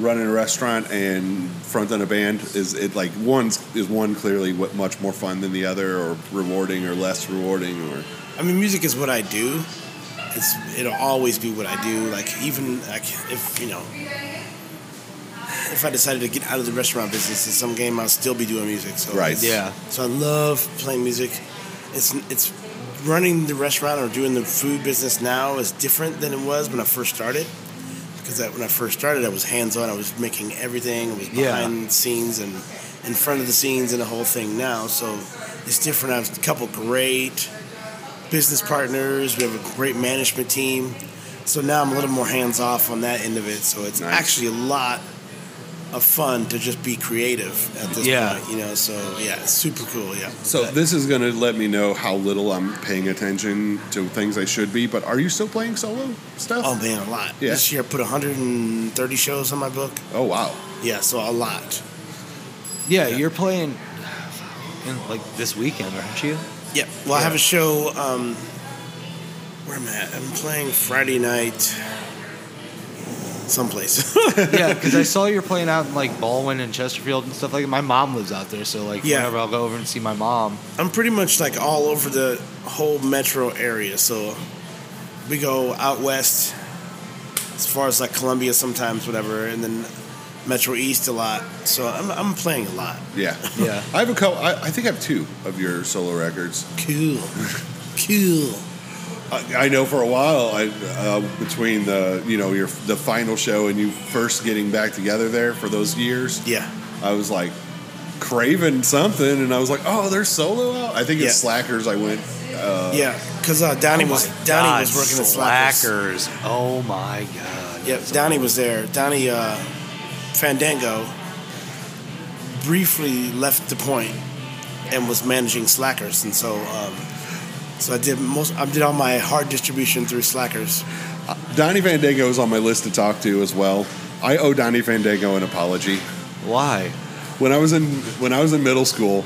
running a restaurant and fronting a band? Is it like one's is one clearly what much more fun than the other, or rewarding, or less rewarding, or
I mean, music is what I do. It's it'll always be what I do. Like even like if you know. If I decided to get out of the restaurant business in some game, I'll still be doing music. So
Right.
it's-
Yeah,
So I love playing music. It's it's running the restaurant or doing the food business now is different than it was when I first started. Because that, when I first started, I was hands on. I was making everything. I was
Yeah.
behind the scenes and in front of the scenes and the whole thing now. So it's different. I have a couple great business partners. We have a great management team. So now I'm a little more hands off on that end of it. So it's
Nice.
actually a lot of fun to just be creative at this
Yeah.
point, you know. So yeah, it's super cool. Yeah.
So this is going to let me know how little I'm paying attention to things I should be. But are you still playing solo stuff?
Oh man, a lot.
Yeah.
This year I put 130 shows on my book.
Oh, wow.
Yeah, so a lot.
yeah. You're playing in, like this weekend, aren't
[LAUGHS]
you?
Yeah. Well, I have a show. Um, where am I? At? I'm playing Friday night, someplace. [LAUGHS]
yeah, because I saw you're playing out in like Baldwin and Chesterfield and stuff like that. My mom lives out there, so like
Yeah.
whenever I'll go over and see my mom,
I'm pretty much like all over the whole metro area. So we go out west as far as like Columbia sometimes, whatever, and then metro east a lot. So I'm, I'm playing a lot.
Yeah.
Yeah.
I have a couple. I, I think I have two of your solo records.
Cool. [LAUGHS] cool.
I, I know for a while, I, uh, between the you know your the final show and you first getting back together there for those years,
Yeah.
I was like craving something, and I was like, oh, there's solo out. I think it's
Yeah.
Slackers. I went. Uh,
yeah. Because uh, Donnie was Donnie
God,
was working at Slackers.
slackers. Oh my god.
Yep, Donnie was there. Donnie uh, Fandango briefly left the point and was managing Slackers, and so um, so I did most I did all my hard distribution through Slackers.
Donnie Fandango is on my list to talk to as well. I owe Donnie Fandango an apology.
Why?
When I was in when I was in middle school,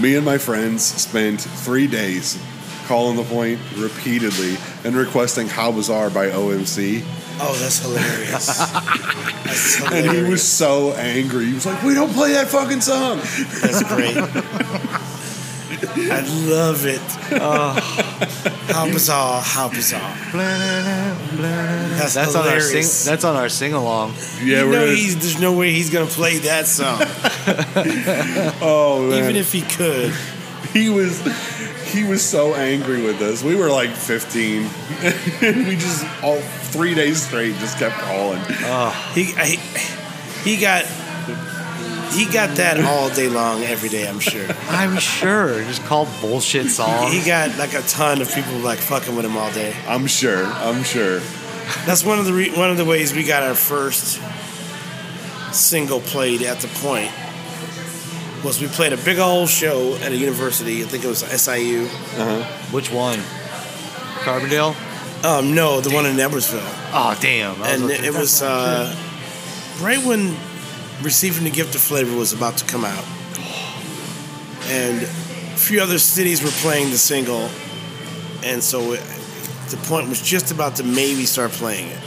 me and my friends spent three days calling the point repeatedly and requesting "How Bizarre" by OMC,
Oh, that's [LAUGHS] hilarious! that's
and
hilarious.
he was so angry. He was like, "We don't play that fucking song."
that's great. I love it. Oh, how bizarre! How bizarre! That's,
That's on our
hilarious.
sing. That's on our sing along.
Yeah,
you
we're
know
gonna-
he's, there's no way he's gonna play that [LAUGHS] song.
oh man,
Even if he could,
he was he was so angry with us. We were like 15, [LAUGHS] and we just all three days straight just kept calling.
he he, he got he got that all day long, every day. I'm sure
I'm sure. Just call bullshit songs.
he got like a ton of people like fucking with him all day.
I'm sure. I'm sure.
That's one of the re- one of the ways we got our first single played at the point was we played a big old show at a university. I think it was SIU.
Which one? Carbondale.
Um, no, the one in Edwardsville.
Oh damn. I
and
looking-
it was uh, right when receiving the gift of flavor was about to come out and a few other cities were playing the single and so it, the point was just about to maybe start playing it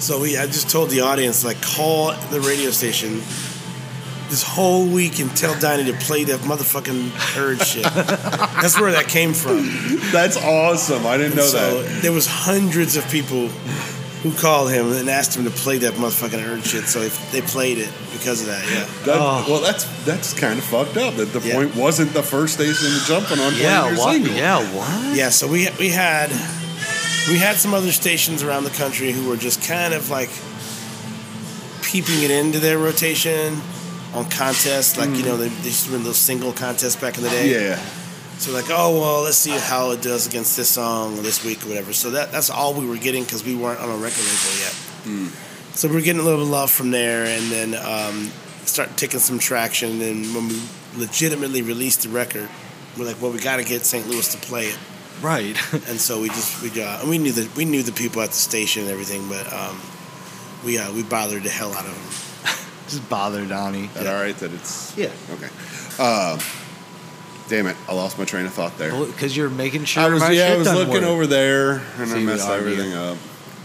so we, i just told the audience like call the radio station this whole week and tell Donnie to play that motherfucking herd [LAUGHS] shit. That's where that came from
That's awesome. I didn't know
so
that.
there was hundreds of people who called him and asked him to play that motherfucking urn shit. So if they played it because of that. Yeah.
That-
Oh.
Well, that's that's kind of fucked up. That the
Yeah.
point wasn't the first station to jumping on.
Yeah.
playing your
What?
single.
Yeah. What? [LAUGHS]
Yeah. So we we had we had some other stations around the country who were just kind of like peeping it into their rotation on contests. Like you know they, they used to win those single contests back in the day.
Hmm. Yeah.
So like, oh well, let's see how it does against this song or this week or whatever. So that that's all we were getting because we weren't on a record label yet.
Mm.
So we we're getting a little bit of love from there, and then um, start taking some traction. And when we legitimately released the record, we're like, well, we got to get St. Louis to
[LAUGHS]
play it,
Right.
and so we just we uh, and we knew that we knew the people at the station and everything, but um, we uh, we bothered the hell out of them.
Just bother Donnie.
that all right? That it's
Yeah.
Okay. Um, damn it! I lost my train of thought there.
Because you're making sure
I was
my
yeah,
shit
I was
doesn't
looking
work.
over there and I
See,
messed
we are
everything
here.
up.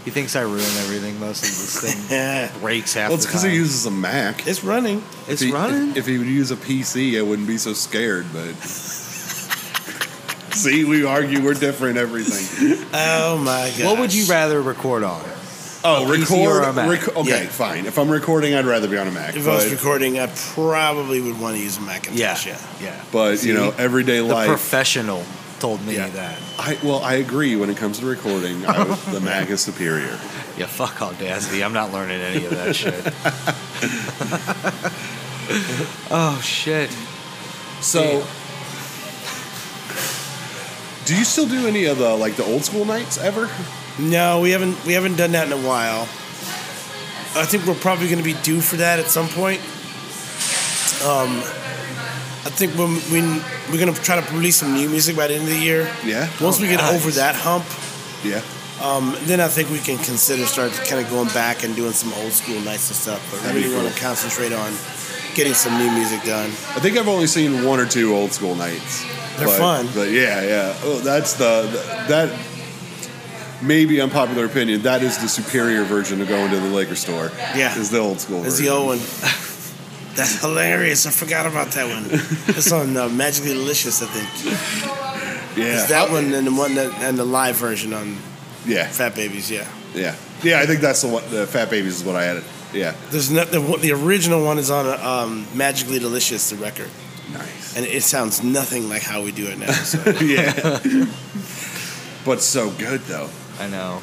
He thinks I ruin everything most of this thing.
Yeah,
[LAUGHS] Breaks half
Well, it's
the
because
time.
he uses a Mac.
it's running.
If
it's
he,
running.
If, if he would use a PC, I wouldn't be so scared. But [LAUGHS] see, we argue we're different. Everything.
Oh my god.
what would you rather record on? [LAUGHS]
Oh,
A PC or a Mac?
rec- okay,
Yeah.
fine. If I'm recording, I'd rather be on a Mac.
If I was
But,
recording, I probably would want to use a Macintosh.
Yeah.
but you know, everyday
The
life.
professional told me
Yeah.
that.
I, well, I agree. When it comes to recording, I,
[LAUGHS]
the Mac is superior.
Yeah, fuck Audacity. I'm not learning any of that
[LAUGHS]
shit. [LAUGHS] oh shit.
So, do you still do any of the like the old school nights ever?
No, we haven't we haven't done that in a while. I think we're probably going to be due for that at some point. Um, I think when we we're going to try to release some new music by the end of the year.
Yeah,
Once we get
nice.
over that hump,
yeah.
um, then I think we can consider start kind of going back and doing some old school nights and stuff. But
That'd be
really want to
cool.
concentrate on getting some new music done.
I think I've only seen one or two old school nights.
They're
but,
fun.
But yeah, yeah. Oh, that's the, that. Maybe unpopular opinion. That is the superior version of going to the liquor store.
Yeah.
is the old school.
It's the
version.
old one. [LAUGHS] That's hilarious. I forgot about that one. It's on uh, Magically Delicious, I think.
Yeah,
It's that
I-
one and the one that, and the live version on
Yeah,
Fat Babies. Yeah.
yeah, yeah. I think that's the one. The Fat Babies is what I added. Yeah,
There's no, the, one- the original one is on uh, um, Magically Delicious, the record,
nice. [LAUGHS]
and it sounds nothing like how we do it now. [LAUGHS] So.
yeah, but so good though.
I know.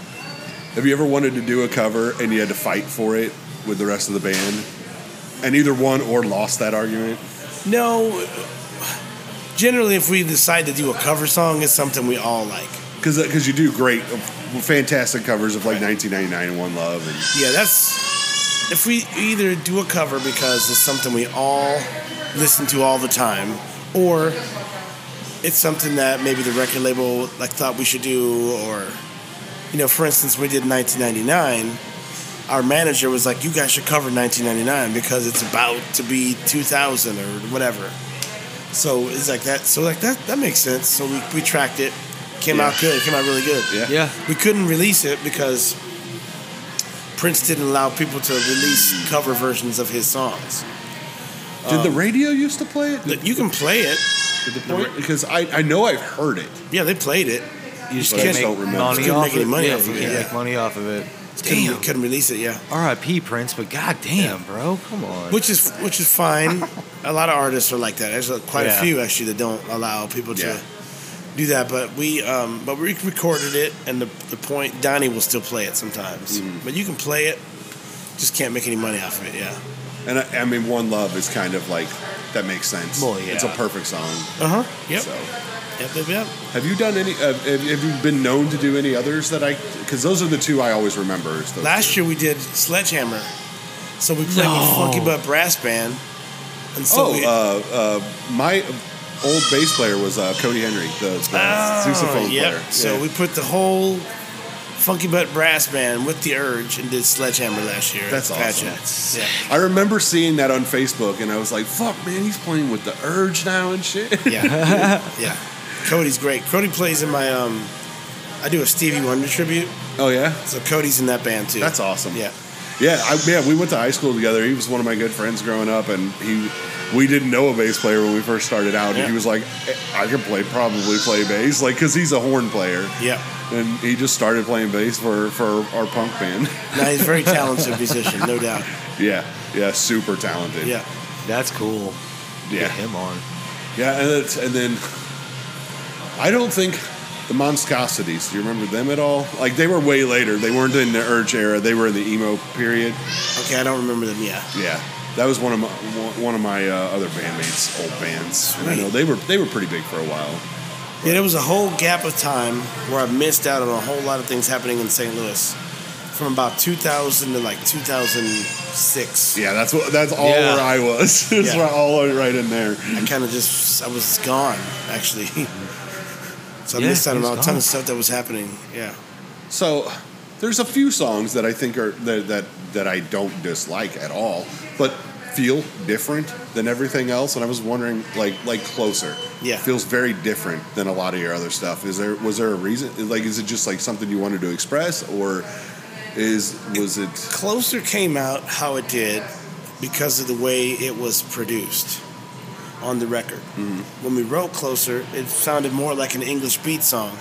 Have you ever wanted to do a cover and you had to fight for it with the rest of the band, and either won or lost that argument?
no, generally, if we decide to do a cover song, it's something we all like.
Because because uh, you do great, uh, fantastic covers of like 1999 and One Love and
Yeah, that's if we either do a cover because it's something we all listen to all the time, or it's something that maybe the record label like thought we should do, or you know, for instance, we did 1999. Our manager was like, "You guys should cover 1999 because it's about to be 2000 or whatever." So it's like that. So like that that makes sense. So we, we tracked it, came out good, came out really good.
Yeah.
Yeah.
We couldn't release it because Prince didn't allow people to release cover versions of his songs.
Did the radio used to play it?
But You can play it.
Because I, I know I've heard it.
Yeah, they played it.
You just
But I
can't
just
make
don't remember.
money
Couldn't
off
make
of
any
it.
money
yeah,
off of
you
it,
can't
yeah.
make money off of it.
Couldn't, couldn't release it. Yeah,
R.I.P. Prince, but goddamn, bro, come on.
which is which is
[LAUGHS]
fine. a lot of artists are like that. There's uh, quite
Yeah.
a few actually that don't allow people to
Yeah.
do that. But we um, but we recorded it, and the the point Donnie will still play it sometimes.
Mm.
But you can play it. Just can't make any money off of it. Yeah.
And I, I mean, One Love is kind of like, that makes sense.
Well, yeah.
It's a perfect song.
Uh-huh.
Uh huh. Yep.
So.
Yep. Yep. Yep.
Have you done any, uh, have, have you been known to do any others that I, because those are the two I always remember. is those
Last year we did Sledgehammer. So we played with Funky Butt Brass Band. And so
oh,
we,
uh, uh, my old bass player was uh, Cody Henry, the, the sousaphone
Ah, Oh, yep.
player.
So
Yeah.
we put the whole Funky Butt Brass Band with the Urge and did Sledgehammer last year. at
That's awesome.
Pageant. Yeah.
I remember seeing that on Facebook, and I was like, "Fuck, man, he's playing with the urge now and shit." [LAUGHS]
Yeah. yeah. Cody's great. Cody plays in my um I do a Stevie Wonder tribute.
oh yeah,
So Cody's in that band too.
that's awesome.
Yeah.
Yeah, I, yeah, we went to high school together. He was one of my good friends growing up, and he, we didn't know a bass player when we first started out. And
Yeah.
he was like, "Eh, "I can play, probably play bass, like because he's a horn player."
Yeah.
and he just started playing bass for for our punk band. [LAUGHS]
Now he's a very talented musician, no doubt.
yeah, yeah, super talented.
Yeah.
That's cool. Get
yeah,
him on.
yeah, and, it's, and then I don't think the Monstrosities. Do you remember them at all? Like they were way later. They weren't in the Urge era. They were in the emo period.
Okay, I don't remember them, yeah.
Yeah, that was one of my one of my uh, other bandmates, old bands. And I
Sweet.
know they were they were pretty big for a while.
Yeah, there was a whole gap of time where I missed out on a whole lot of things happening in St. Louis. from about 2000 to like 2006.
Yeah, that's what. That's all
Yeah.
where I was. [LAUGHS] it's
Yeah.
right- all right in there.
Mm-hmm.
I kind of just I was gone actually, [LAUGHS] so I
Yeah,
missed out
he
on
was
a ton
gone.
of stuff that was happening. Yeah,
So there's a few songs that I think are that that, that I don't dislike at all, but feel different than everything else. And I was wondering, like like closer,
Yeah.
feels very different than a lot of your other stuff. Is there was there a reason? Like, is it just like something you wanted to express, or is was it?
Closer came out how it did because of the way it was produced on the record.
Mm-hmm.
When we wrote Closer, it sounded more like an English beat song.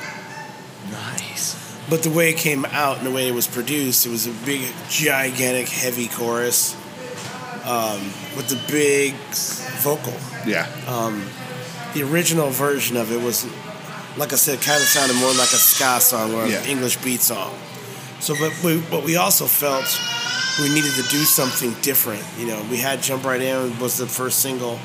Nice.
But the way it came out and the way it was produced, it was a big, gigantic, heavy chorus um, with the big vocal.
Yeah,
The original version of it was, like I said, kind of sounded more like a ska song or
Yeah.
an English beat song. So, but we, but we also felt we needed to do something different. You know, we had Jump Right In was the first single,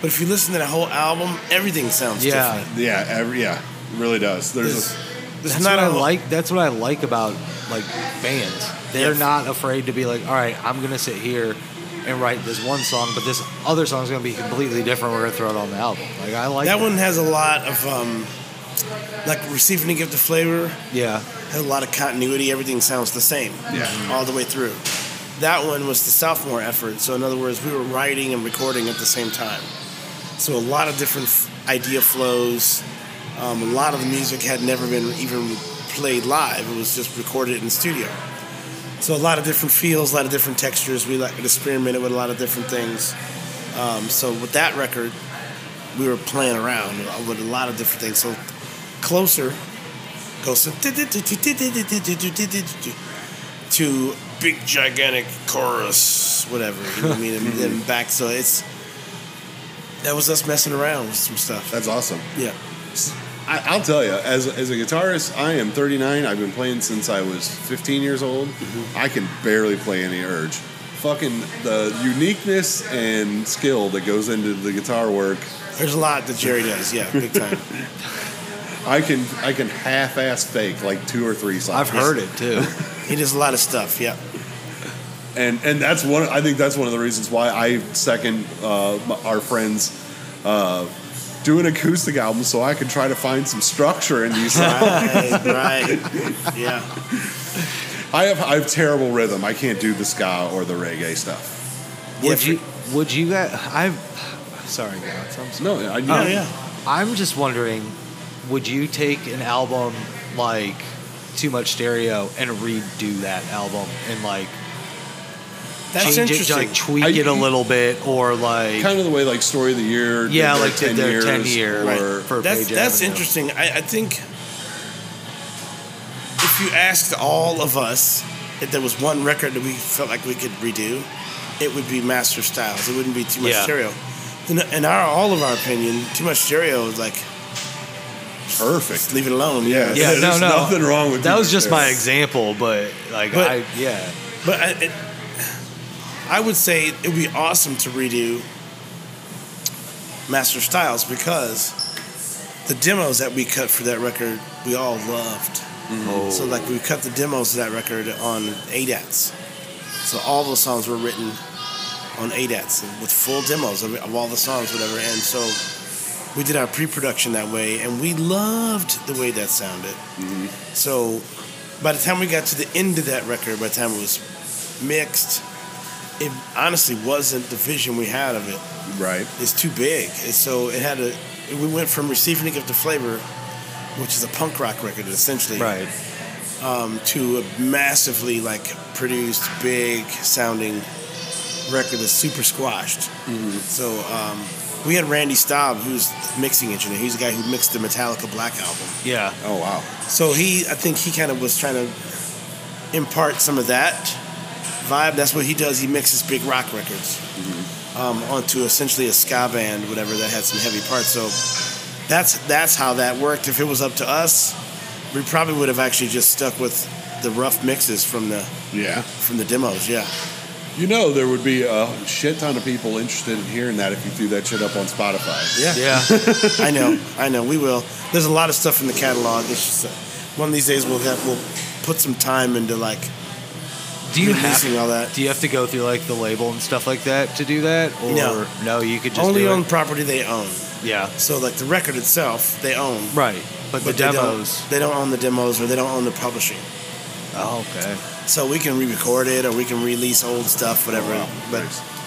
but if you listen to the whole album, everything sounds
Yeah.
different.
yeah, every, yeah. it Really does. There's
There's,
a,
there's
That's
not
what I
a lot-
like. That's what I like about like bands. They're
Yeah.
not afraid to be like, all right, I'm gonna sit here and write this one song, but this other song's gonna be completely different. We're gonna throw it on the album. Like I like
that one has a lot of um, like receiving a gift of flavor.
Yeah,
Has a lot of continuity. Everything sounds the same.
Yeah.
All the way through. That one was the sophomore effort. So in other words, we were writing and recording at the same time. So a lot of different f- idea flows. Um, a lot of the music had never been even played live. It was just recorded in studio. So a lot of different feels, a lot of different textures. We like experimented with a lot of different things. Um, so with that record, we were playing around with a lot of different things. So closer goes to to big gigantic chorus, whatever. You know what I mean? And then back. So it's that was us messing around with some stuff.
that's awesome.
Yeah.
I, I'll tell you, as, as a guitarist, I am 39. I've been playing since I was 15 years old.
Mm-hmm.
I can barely play any urge. Fucking the uniqueness and skill that goes into the guitar work,
There's a lot that Jerry does. Yeah, big time.
I can I can half-ass fake like two or three songs.
[LAUGHS] I've heard it too.
He does a lot of
[LAUGHS]
stuff. Yeah.
and and that's one. I think that's one of the reasons why I second uh, m- our friends. Uh, do an acoustic album so I can try to find some structure
[LAUGHS]
in these songs.
Right. right. Yeah.
I have I have terrible rhythm. I can't do the ska or the reggae stuff.
Yeah,
Would
for-
you? Would you guys? I've. Sorry, guys. I'm
No, I,
Oh.
Yeah, Oh, yeah.
I'm just wondering, would you take an album like Too Much Stereo and redo that album and like
That's
change it,
interesting.
like tweak
I-
it a little bit, or like
kind of the way like story of the year. did
yeah,
their
like did their ten year
or-
for
that's
Page
that's
Avenue.
interesting. I, I think if you asked all of us if there was one record that we felt like we could redo, it would be Master Styles. It wouldn't be too much
Yeah.
stereo. In, in our all of our opinion, too much stereo is like
perfect.
leave it alone.
Yeah.
Yeah, no,
There's
no,
nothing wrong with
that.
Too
Was
Much
just my
Stereo.
example, but like
But-
I yeah,
But I, it, I would say it would be awesome to redo Master Styles because the demos that we cut for that record we all loved.
Oh,
So like we cut the demos of that record on ADATs. So all those songs were written on ADATs with full demos of, of all the songs, whatever. And so we did our pre-production that way, and we loved the way that sounded. So by the time we got to the end of that record, by the time it was mixed, it honestly wasn't the vision we had of it.
Right.
It's too big, and so it had a. We went from receiving a gift of flavor, which is a punk rock record essentially,
right.
um, to a massively like produced, big sounding record that's super squashed. So um, we had Randy Staub, who's the mixing engineer. He's the guy who mixed the Metallica Black album.
Yeah,
Oh wow.
So he, I think he kind of was trying to impart some of that vibe. That's what he does. He mixes big rock records um, onto essentially a ska band, whatever that had some heavy parts. So that's that's how that worked. If it was up to us, we probably would have actually just stuck with the rough mixes from the
Yeah.
from the demos. Yeah,
You know there would be a shit ton of people interested in hearing that if you threw that shit up on Spotify.
yeah.
I [LAUGHS] know, I know. We will. There's a lot of stuff in the catalog. It's just, uh, one of these days we'll have, we'll put some time into like
[LAUGHS] Do you have
releasing all that.
Do you have to go through like the label and stuff like that to do that? Or
No.
no, you could just
Only
do it?
on property they own.
yeah,
So like the record itself they own,
right. But, the
they don't-
demos.
They don't own the demos or they don't own the publishing.
Oh, okay.
So we can re-record it or we can release old stuff, whatever. But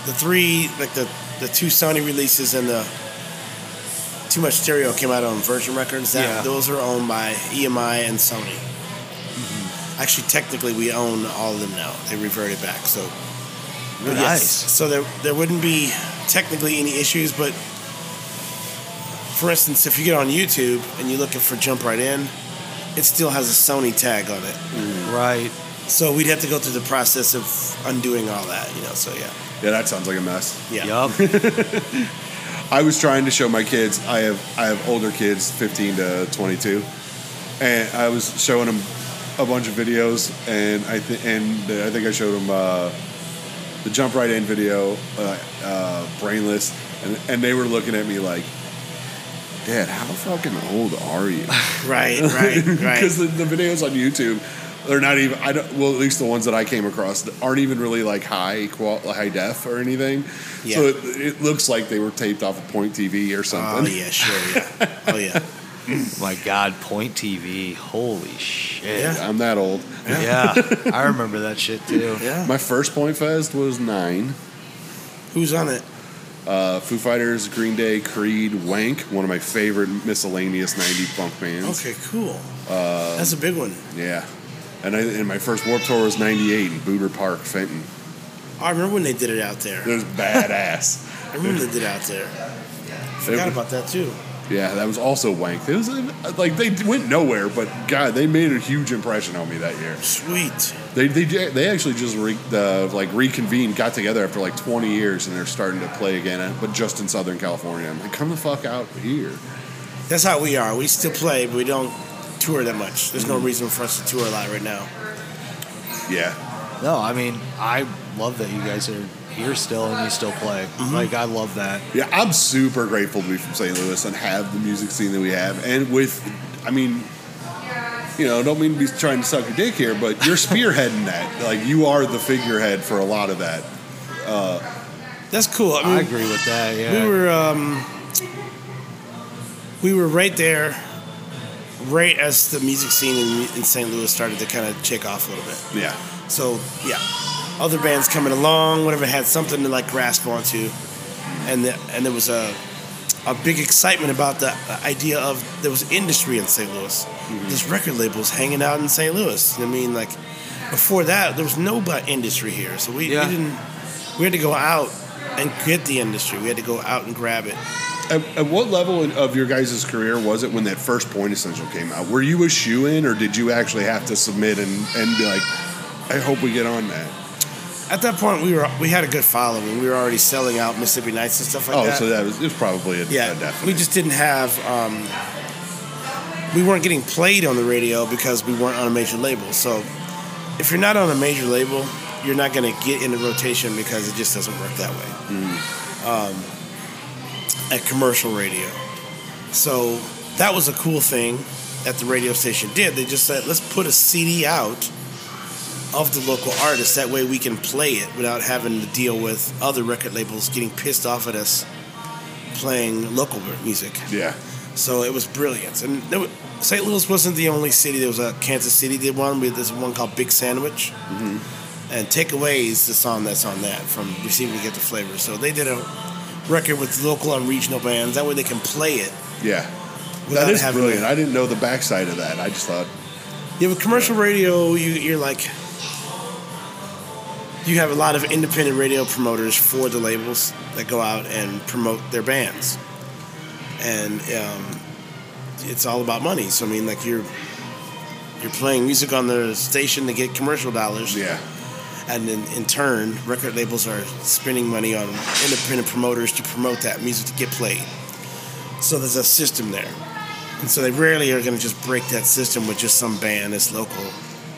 the three, like the the two Sony releases and the Too Much Stereo came out on Virgin Records. That,
Yeah.
Those are owned by EMI and Sony.
Mm-hmm.
Actually, technically, we own all of them now. They reverted back. So but yes.
Nice.
So there there wouldn't be technically any issues, but for instance, if you get on YouTube and you're looking for Jump Right In, it still has a Sony tag on it.
Right.
So we'd have to go through the process of undoing all that, you know. So yeah,
Yeah, that sounds like a mess.
[LAUGHS]
yeah.
Yup.
I was trying to show my kids. I have I have older kids, fifteen to twenty two, and I was showing them a bunch of videos, and I th- and I think I showed them uh, the jump right in video, uh, uh, brainless, and and they were looking at me like, Dad, how fucking old are you?
[LAUGHS]
[LAUGHS]
Right, right,
Because
right.
the, the videos on YouTube. They're not even. I don't. Well, at least the ones that I came across aren't even really like high qual, high def or anything.
Yeah.
So it, it looks like they were taped off of Point TV or
Oh
something.
yeah, sure, yeah. Oh yeah,
My God, Point TV. Holy shit.
Yeah.
I'm that old.
Yeah, I remember that shit too.
[LAUGHS] yeah.
My first Point Fest was nine.
Who's on it?
Uh, Foo Fighters, Green Day, Creed, Wank, one of my favorite miscellaneous 90s punk bands.
Okay, cool. That's a big one.
Yeah. And, I, and my first Warp Tour was 98 in Booter Park, Fenton.
Oh, I remember when they did it out there.
It was badass.
I remember they did it out there. Forgot about that too.
yeah, that was also Wank. It was uh, like they went nowhere, but God, they made a huge impression on me that year.
Sweet.
They they, they actually just re, uh, like reconvened, got together after like 20 years, and they're starting to play again, uh, but just in Southern California. I'm like, come the fuck out here.
That's how we are. We still play, but we don't tour that much. There's no reason for us to tour a lot right now.
Yeah,
No, I mean, I love that you guys are here still and you still play.
Mm-hmm.
Like, I love that.
Yeah, I'm super grateful to be from St. Louis and have the music scene that we have. And with, I mean, you know, don't mean to be trying to suck your dick here, but you're [LAUGHS] spearheading that. Like, you are the figurehead for a lot of that.
That's cool. I mean,
I agree with that. Yeah.
We were um, we were right there, right as the music scene in, in St. Louis started to kind of take off a little bit.
Yeah.
So yeah, other bands coming along, whatever had something to like grasp onto, and the, and there was a a big excitement about the idea of there was industry in St. Louis.
Mm-hmm.
This record label's hanging out in St. Louis. I mean, like before that, there was no but industry here, so we,
Yeah.
we didn't. We had to go out and get the industry. We had to go out and grab it.
At, at what level in- of your guys' career was it when that first Point Essential came out? Were you a shoe in, or did you actually have to submit and, and be like, I hope we get on that?
At that point, we were we had a good following. We were already selling out Mississippi Nights and stuff like
oh,
that.
so that was, it was probably a,
Yeah,
a definite.
we just didn't have. Um, we weren't getting played on the radio because we weren't on a major label. So, if you're not on a major label, you're not going to get into rotation because it just doesn't work that way. Um, at commercial radio, so that was a cool thing that the radio station did. They just said, "Let's put a CD out." Of the local artist, that way we can play it without having to deal with other record labels getting pissed off at us playing local music.
yeah.
So it was brilliant. And there wa- St. Louis wasn't the only city. There was a Kansas City did one. We there's one called Big Sandwich.
Mm-hmm.
And Takeaway is the song that's on that from Receiving to Get the Flavor. So they did a record with local and regional bands. That way they can play it.
Yeah.
Without
that is
having
brilliant.
to-
I didn't know the backside of that. I just thought,
Yeah, with commercial radio, you, you're like, you have a lot of independent radio promoters for the labels that go out and promote their bands. And um, it's all about money. So, I mean, like, you're. You're playing music on the station to get commercial dollars,
yeah.
and then in turn, record labels are spending money on independent promoters to promote that music to get played. So there's a system there. And so they rarely are going to just break that system with just some band that's local,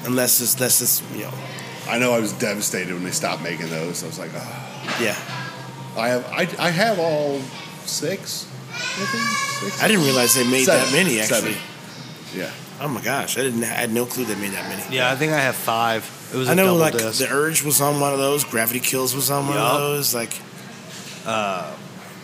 unless it's, unless it's you know,
I know I was devastated when they stopped making those. I was like, oh.
yeah.
I have I, I have all six. I think six.
I didn't realize they made
Seven.
that many, actually.
Seven. Yeah,
Oh my gosh, I didn't. I had no clue they made that many.
Yeah, I think I have five. It was a
I know,
double
like
disc.
the Urge was on one of those. Gravity Kills was on one
Yup.
of those. Like, uh,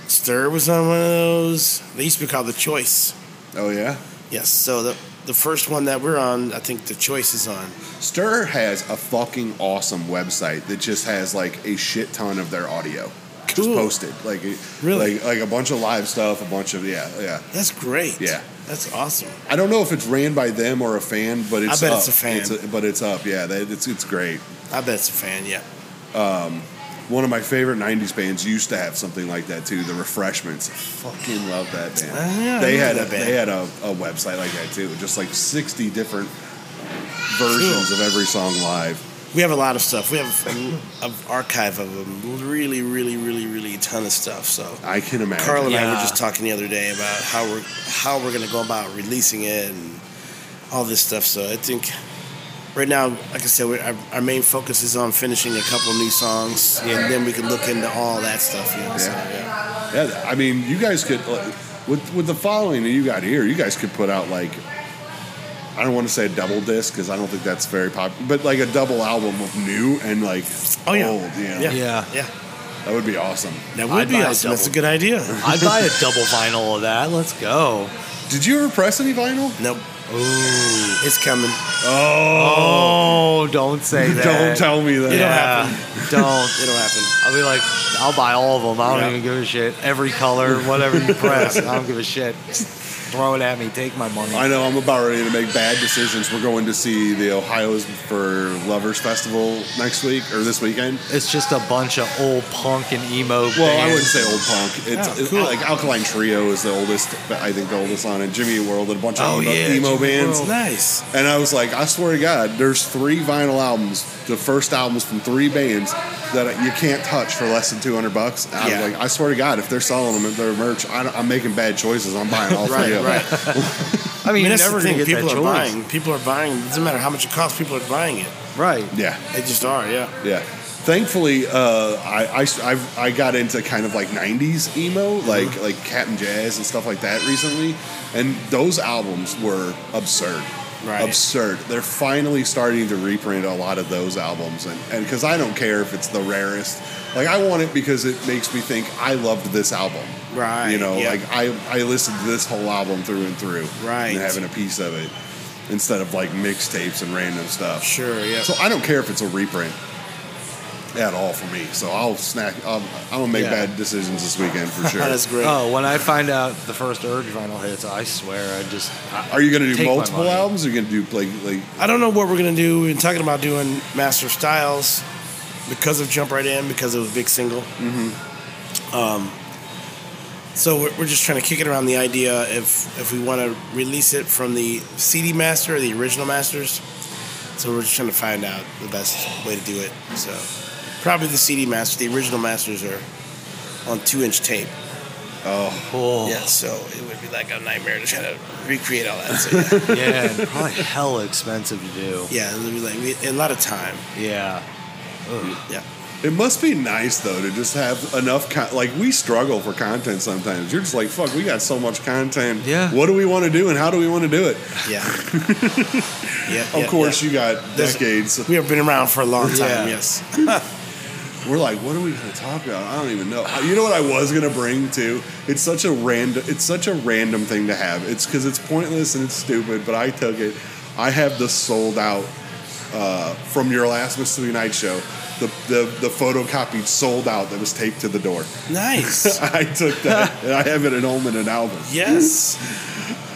Stir was on one of those. They used to be called the Choice.
Oh yeah.
Yes. So the the first one that we're on, I think the Choice is on.
Stir has a fucking awesome website that just has like a shit ton of their audio. Just
Cool.
posted. Like it-
Really?
like like a bunch of live stuff, a bunch of yeah, yeah.
That's great.
Yeah.
That's awesome.
I don't know if it's ran by them or a fan, but it's
bet
up.
it's a fan.
but it's up. Yeah, that, it's it's great.
I bet it's a fan. Yeah.
One of my favorite '90s bands used to have something like that too. The Refreshments, fucking love that band.
Ah, yeah, I
they, had
remember
a,
that band.
they had a a website like that too, just like 60 different versions of every song live.
We have a lot of stuff. We have an an archive of them. Really, really, really, really a ton of stuff. So
I can imagine.
Carl and I were
Yeah.
just talking the other day about how we're how we're gonna go about releasing it and all this stuff. So I think right now, like I said, we our, our main focus is on finishing a couple new songs, and then we can look into all that stuff. You know, so,
Yeah.
yeah.
Yeah, I mean, you guys could like, with with the following that you got here, you guys could put out like I don't want to say a double disc because I don't think that's very popular, but like a double album of new and like
Oh, yeah.
old. Yeah,
Yeah.
yeah.
Yeah,
that would be awesome.
that would
I'd
be
buy a
awesome. That's a
double.
good idea.
[LAUGHS] I'd buy a double vinyl of that. Let's go.
Did you ever press any vinyl?
nope. Ooh, it's coming.
Oh, don't
[LAUGHS]
say that.
[LAUGHS] Don't tell me that.
Yeah, [LAUGHS] don't.
It'll happen.
I'll be like, I'll buy all of them. I don't
Yeah.
even give a shit. Every color, whatever
[LAUGHS]
you press, I don't give a shit. Just throw it at me. Take my money.
I know I'm about ready to make bad decisions. We're going to see the Ohio's for Lovers Festival next week or this weekend.
It's just a bunch of old punk and emo.
Well, I wouldn't
bands.
say old punk. It's,
Oh,
it's
cool.
like Alkaline Trio is the oldest, but I think the oldest on it. Jimmy Eat World and a bunch of
Oh,
emo,
yeah,
emo
Jimmy
bands.
Nice.
And I was like, I swear to God, there's three vinyl albums, the first albums from three bands that you can't touch for less than 200 bucks. And I
Yeah.
was like, I swear to God, if they're selling them at their merch, I, am making bad choices. I'm buying all
Right,
three of them.
right.
I mean,
I mean,
you're
that's
never
the
gonna
thing.
get
People
that
are
choice.
buying. People are buying. It doesn't matter how much it costs. People are buying it.
Right.
Yeah.
They just are. Yeah.
Yeah. Thankfully, uh, I, I, I've, I got into kind of like 90s emo,
Mm-hmm.
like like Cat and Jazz and stuff like that recently. And those albums were absurd.
Right.
Absurd. They're finally starting to reprint a lot of those albums. And because I don't care if it's the rarest. Like, I want it because it makes me think I loved this album.
Right,
You know,
yeah.
like I, I listened to this whole album through and through.
Right.
And having a piece of it instead of like mixtapes and random stuff.
Sure. Yeah.
So I don't care if it's a reprint at all for me. So I'll snack. I'll, I'm gonna make
Yeah.
bad decisions this
[LAUGHS]
weekend for sure.
that's great.
Oh, when I find out the first Urge vinyl hits, I swear, I just. I,
Are you gonna do
Take my
multiple
money.
albums? Or you gonna do like like?
I don't know what we're gonna do. We've been talking about doing Master of Styles because of Jump Right In because it was a big single. Mm-hmm. Um, so we're, we're just trying to kick it around the idea if if we want to release it from the CD master or the original masters. So we're just trying to find out the best way to do it. So probably the CD master. The original masters are on two inch tape.
oh,
Yeah. So it would be like a nightmare to try to recreate all that. So, [LAUGHS] yeah.
yeah. and probably hella expensive to do.
yeah, it would be like we- a lot of time.
Yeah.
Yeah.
It must be nice though to just have enough. Con- like we struggle for content sometimes. You're just like fuck. We got so much content.
Yeah.
What do we want to do and how do we want to do it?
[LAUGHS] Yeah. yeah.
Of course, you got
There's-
decades.
We have been around for a long
Yeah.
time. Yes.
We're like, what are we gonna talk about? I don't even know. You know what I was gonna bring too? It's such a random. It's such a random thing to have. It's because it's pointless and it's stupid. But I took it. I have the sold out uh, from your last Mystery Night show. The, the the photocopied sold out that was taped to the door.
[LAUGHS]
[LAUGHS]
[LAUGHS] Nice.
I took
[LAUGHS]
that and I have it at home in an album.
yes.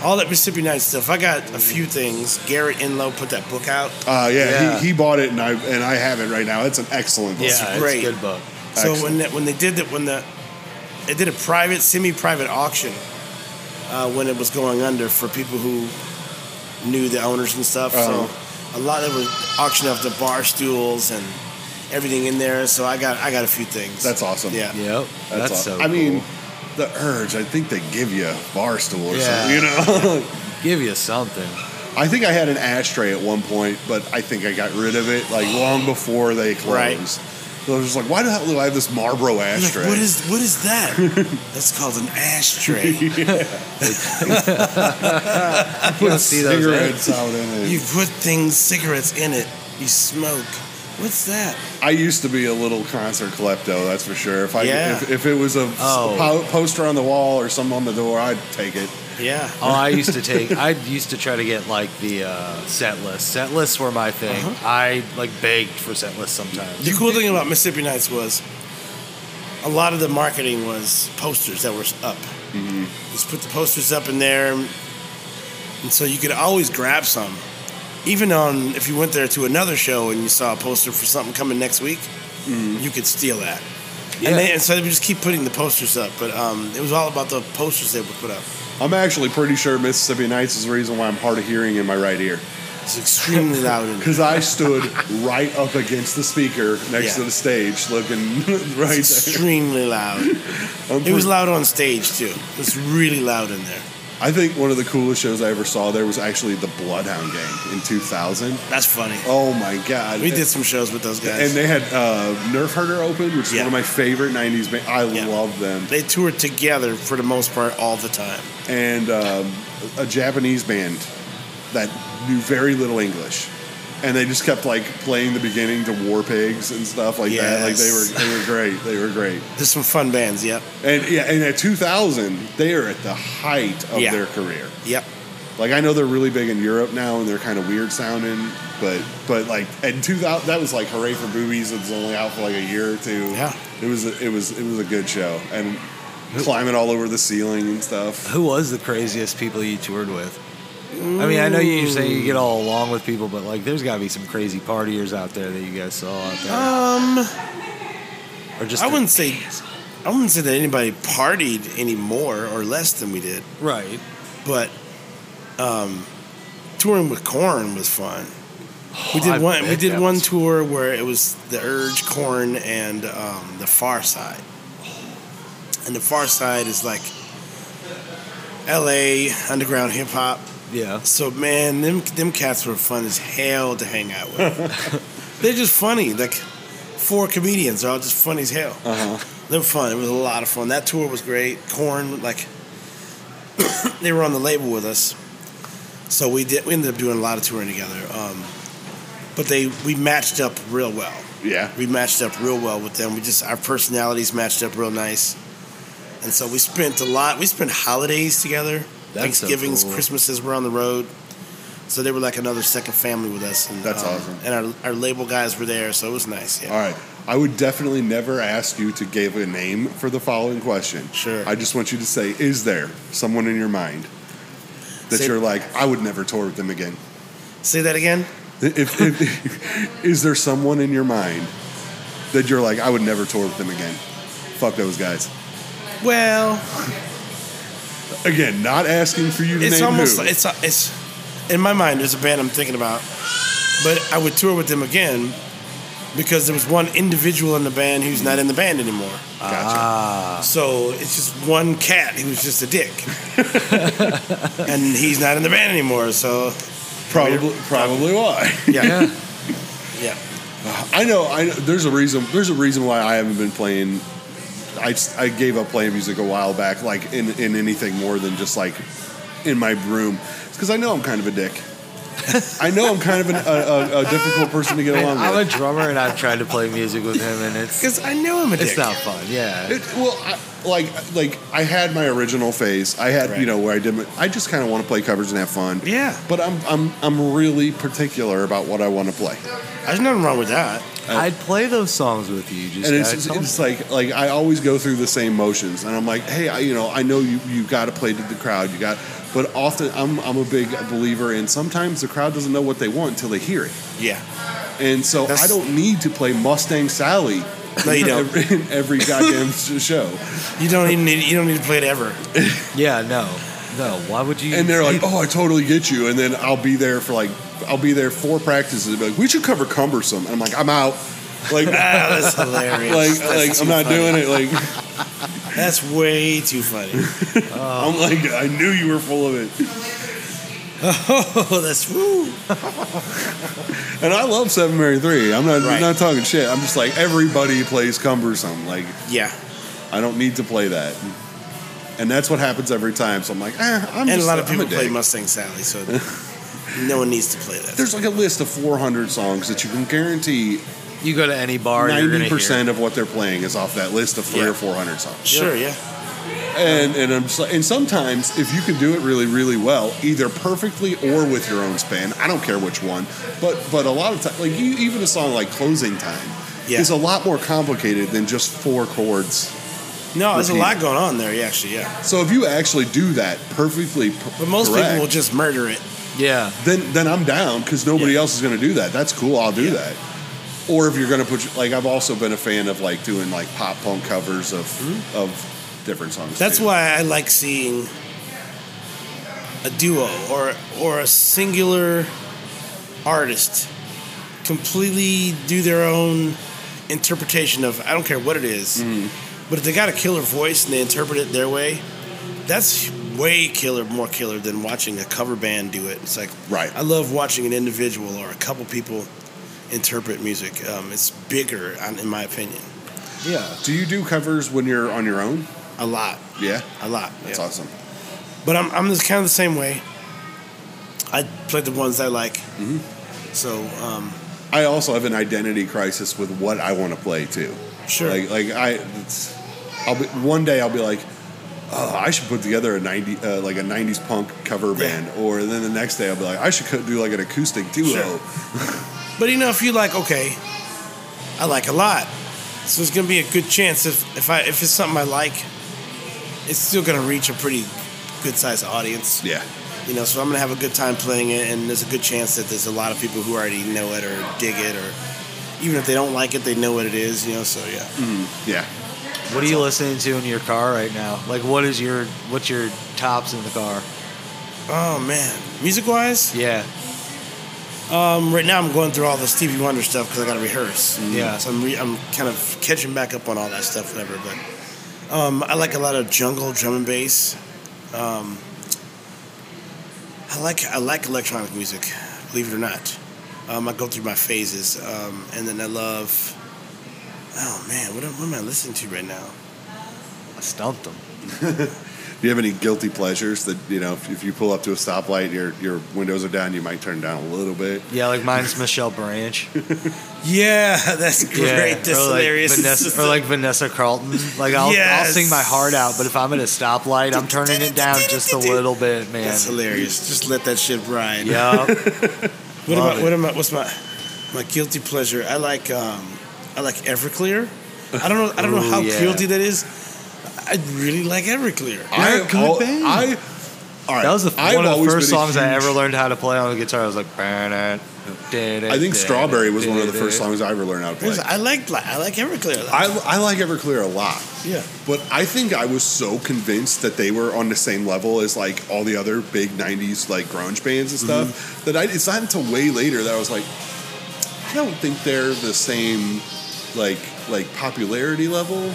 All that Mississippi Night stuff. I got a few things. Garrett Inlow put that book out.
Uh, yeah,
Yeah.
He, he bought it and I and I have it right now. It's an excellent book.
Yeah, it's
great.
a good book.
So when that, when they did that, when the they did a private, semi-private auction uh, when it was going under for people who knew the owners and stuff. So a lot of it was auction off the bar stools and everything in there. So I got I got a few things.
That's awesome.
Yeah.
Yep. That's,
aw-
so.
I mean,
cool.
the urge. I think they give you a bar stool or
Yeah.
something. You know.
give you something.
I think I had an ashtray at one point, but I think I got rid of it like long before they
Right.
closed. I was just like, why the hell do I have this Marlboro
Like,
ashtray? [LAUGHS]
what is what is that? That's called an ashtray.
You don't see those. eh?
cigarettes out in it?
you put things, cigarettes in it. You smoke. What's that?
I used to be a little concert klepto, that's for sure. If I
Yeah.
if, if it was a,
Oh.
po- poster on the wall or something on the door, I'd take it.
Yeah.
Oh, I used to take. I used to try to get like the uh, set list. Set lists were my thing. I like begged for set lists sometimes.
The cool thing about Mississippi Nights was a lot of the marketing was posters that were up. Mm-hmm. Just put the posters up in there, and so you could always grab some. Even on if you went there to another show and you saw a poster for something coming next week, you could steal that.
Yeah.
And, they, and so they would just keep putting the posters up, but um, it was all about the posters they would put up.
I'm actually pretty sure Mississippi Nights is the reason why I'm hard of hearing in my right ear.
It's extremely loud. And
Because I stood
[LAUGHS]
right up against the speaker next
Yeah.
to the stage looking [LAUGHS] right there.
extremely loud.
I'm
It was
pretty-
loud on stage too. It was really loud in there.
I think one of the coolest shows I ever saw there was actually the Bloodhound Gang in 2000.
That's funny.
Oh my God.
We did some shows with those guys.
And they had uh, Nerf Herder open, which is
Yeah.
one of my favorite 90s bands. I
Yeah.
love them.
They toured together for the most part all the time.
And um, a Japanese band that knew very little English. And they just kept like playing the beginning to War Pigs and stuff like that. Like they
Yes.
were, they were great. They were great.
There's some fun bands, yep.
And yeah, and at 2000, they are at the height of
Yeah.
their career.
Yep.
Like I know they're really big in Europe now, and they're kind of weird sounding, but but like in 2000, that was like hooray for boobies. It was only out for like a year or two.
Yeah.
it was a, it was it was a good show, and climbing all over the ceiling and stuff.
Who was the craziest people you toured with? I mean, I know you say you get all along with people, but like, there's got to be some crazy partiers out there that you guys saw out there,
Um
or just
I
the-
wouldn't say I wouldn't say that anybody partied any more or less than we did,
right.
but um touring with Corn was fun.
Oh, I
We did one we
bet
did
that
one
was-
tour where it was the Urge, Corn and um, the Far Side. And the Far Side is like LA underground hip hop.
Yeah.
So man, them them cats were fun as hell to hang out with. They're just funny. Like four comedians are all just funny as hell. They were fun. It was a lot of fun. That tour was great. Corn like [COUGHS] they were on the label with us, so we did. We ended up doing a lot of touring together. Um, but they we matched up real well.
Yeah,
We matched up real well with them. We just our personalities matched up real nice, and so we spent a lot. We spent holidays together.
That's so
Thanksgivings,
cool.
Christmases, we're on the road, so they were like another second family with us. And, um,
That's awesome.
And our, our label guys were there, so it was nice. Yeah.
All right. I would definitely never ask you to give a name for the following question.
Sure.
I just want you to say, is there someone in your mind that
Say-
you're like, I would never tour with them again?
Say that again.
If, if, is there someone in your mind that you're like, I would never tour with them again? Fuck those guys.
Well,
Again, not asking for you to
it's
name
almost
who.
it's uh, it's in my mind. There's a band I'm thinking about, but I would tour with them again because there was one individual in the band who's not in the band anymore.
gotcha.
So it's just one cat who's just
[LAUGHS]
a dick, and he's not in the band anymore. So
probably, probably why.
yeah, yeah,
[LAUGHS] Yeah.
I know. I know, there's a reason. There's a reason why I haven't been playing. I, s- I gave up playing music a while back, like in, in anything more than just like in my room, because I know I'm kind of a dick. I know I'm kind of an, a, a, a difficult person to get along
I'm
with.
a drummer, and I've tried to play music with him, and it's
because I know I'm a dick.
it's not fun. Yeah.
It, well, I, like like I had my original phase. I had you
Right.
know where I did. My, I just kind of want to play covers and have fun.
Yeah.
But I'm I'm I'm really particular about what I want to play,
There's nothing wrong with that.
I'd play those songs with you. Just
and it's
gotta
it's,
tell me.
it's like like I always go through the same motions, and I'm like, hey, I, you know, I know you you got to play to the crowd. You got, but often I'm I'm a big believer in sometimes the crowd doesn't know what they want until they hear it,
Yeah,
and so
That's-
I don't need to play Mustang Sally. [LAUGHS]
No, you don't.
Every, every goddamn show,
you don't even need you don't need to play
[LAUGHS]
it ever.
yeah. No. No. Why would you?
and they're like, "Oh, I totally get you." And then I'll be there for like, I'll be there four practices. And be like, we should cover cumbersome. And I'm like, I'm out.
[LAUGHS]
Like, like,
Ah, that's hilarious.
like
That's
I'm
too
not
funny.
doing it. Like,
That's way too funny.
[LAUGHS] I'm like, I knew you were full of it.
Oh, that's woo.
And I love Seven Mary Three. I'm not
Right.
not talking shit. I'm just like everybody plays cumbersome. Like
Yeah,
I don't need to play that. And that's what happens every time. So I'm like, eh, I'm
and
just,
a lot of
I'm
people play
dick.
Mustang
[LAUGHS]
Sally, so no one needs to play that.
There's like a list of 400 songs that you can guarantee
You go to any bar, you're gonna
90
hear.
percent of what they're playing is off that list of three
Yeah.
or 400 songs.
Sure, yeah.
And and I'm just like, and sometimes if you can do it really really well, either perfectly or with your own spin, I don't care which one. But but a lot of times, like you, even a song like Closing Time
Yeah.
is a lot more complicated than just four chords.
No, there's a
Repeat.
lot going on there. Yeah, actually, yeah.
So if you actually do that perfectly, p-
But most
correct,
people will just murder it.
Yeah,
then then I'm down because nobody
Yeah.
else is going to do that. That's cool. I'll do
Yeah.
that. Or if you're going to put like I've also been a fan of like doing like pop punk covers of of different songs.
Mm-hmm. That's
too.
why I like seeing a duo or or a singular artist completely do their own interpretation of I don't care what it is, but if they got a killer voice and they interpret it their way, that's way killer, more killer than watching a cover band do it. It's like
Right.
I love watching an individual or a couple people interpret music. Um, it's bigger, in in my opinion,
yeah.
Do you do covers when you're on your own?
a lot,
Yeah,
a lot.
that's
yeah.
awesome.
But I'm I'm just kind of the same way. I play the ones I like.
Mm-hmm.
So um,
I also have an identity crisis with what I want to play too.
sure,
Like uh, like I, it's, I'll be one day I'll be like, oh, I should put together a ninety uh, like a nineties punk cover band, or then the next day I'll be like, I should co- do like an acoustic duo.
Sure. but you know if you like okay, I like a lot. So there's gonna be a good chance if if I if it's something I like, it's still gonna reach a pretty good sized audience.
Yeah,
You know, so I'm gonna have a good time playing it, and there's a good chance that there's a lot of people who already know it or dig it, or even if they don't like it, they know what it is. You know, so yeah.
Mm. yeah.
What are you listening to in your car right now? Like, what is your what's your tops in the car?
Oh man, music wise,
Yeah,
Um, right now, I'm going through all the Stevie Wonder stuff because I got to rehearse.
Yeah.
So I'm, re- I'm kind of catching back up on all that stuff, whatever. But um, I like a lot of jungle drum and bass. Um, I like I like electronic music, believe it or not. Um, I go through my phases, um, and then I love. Oh man, what, am- what am I listening to right now?
I stumped them.
Do you have any guilty pleasures that you know? If, if you pull up to a stoplight, your your windows are down, you might turn down a little bit.
Yeah, like mine's Michelle Branch.
Yeah, [LAUGHS] that's great.
Yeah,
that's
or like
hilarious.
Vanessa, or like Vanessa Carlton. Like I'll,
Yes.
I'll sing my heart out, but if I'm at a stoplight, I'm turning it down just a little bit, man.
[LAUGHS] that's hilarious. Just let that shit
[LAUGHS]
ride.
Yup.
What
Love
about
it.
what am I? What's my my guilty pleasure? I like um, I like Everclear. I don't know. I don't know
[LAUGHS] Ooh,
how
yeah.
guilty that is. I really like Everclear.
I
They're a good
al-
band.
I all right.
That was the,
I've
one of the
always
first
been a
songs I
huge-
ever learned how to play on the guitar. I was like, I
I
think
think Strawberry was one of the first songs I ever learned how to play.
I like I like Everclear.
I, I like Everclear a lot,
yeah.
but I think I was so convinced that they were on the same level as like all the other big '90s like grunge bands and stuff that I, it's not until way later that I was like, I don't think they're the same like like popularity level.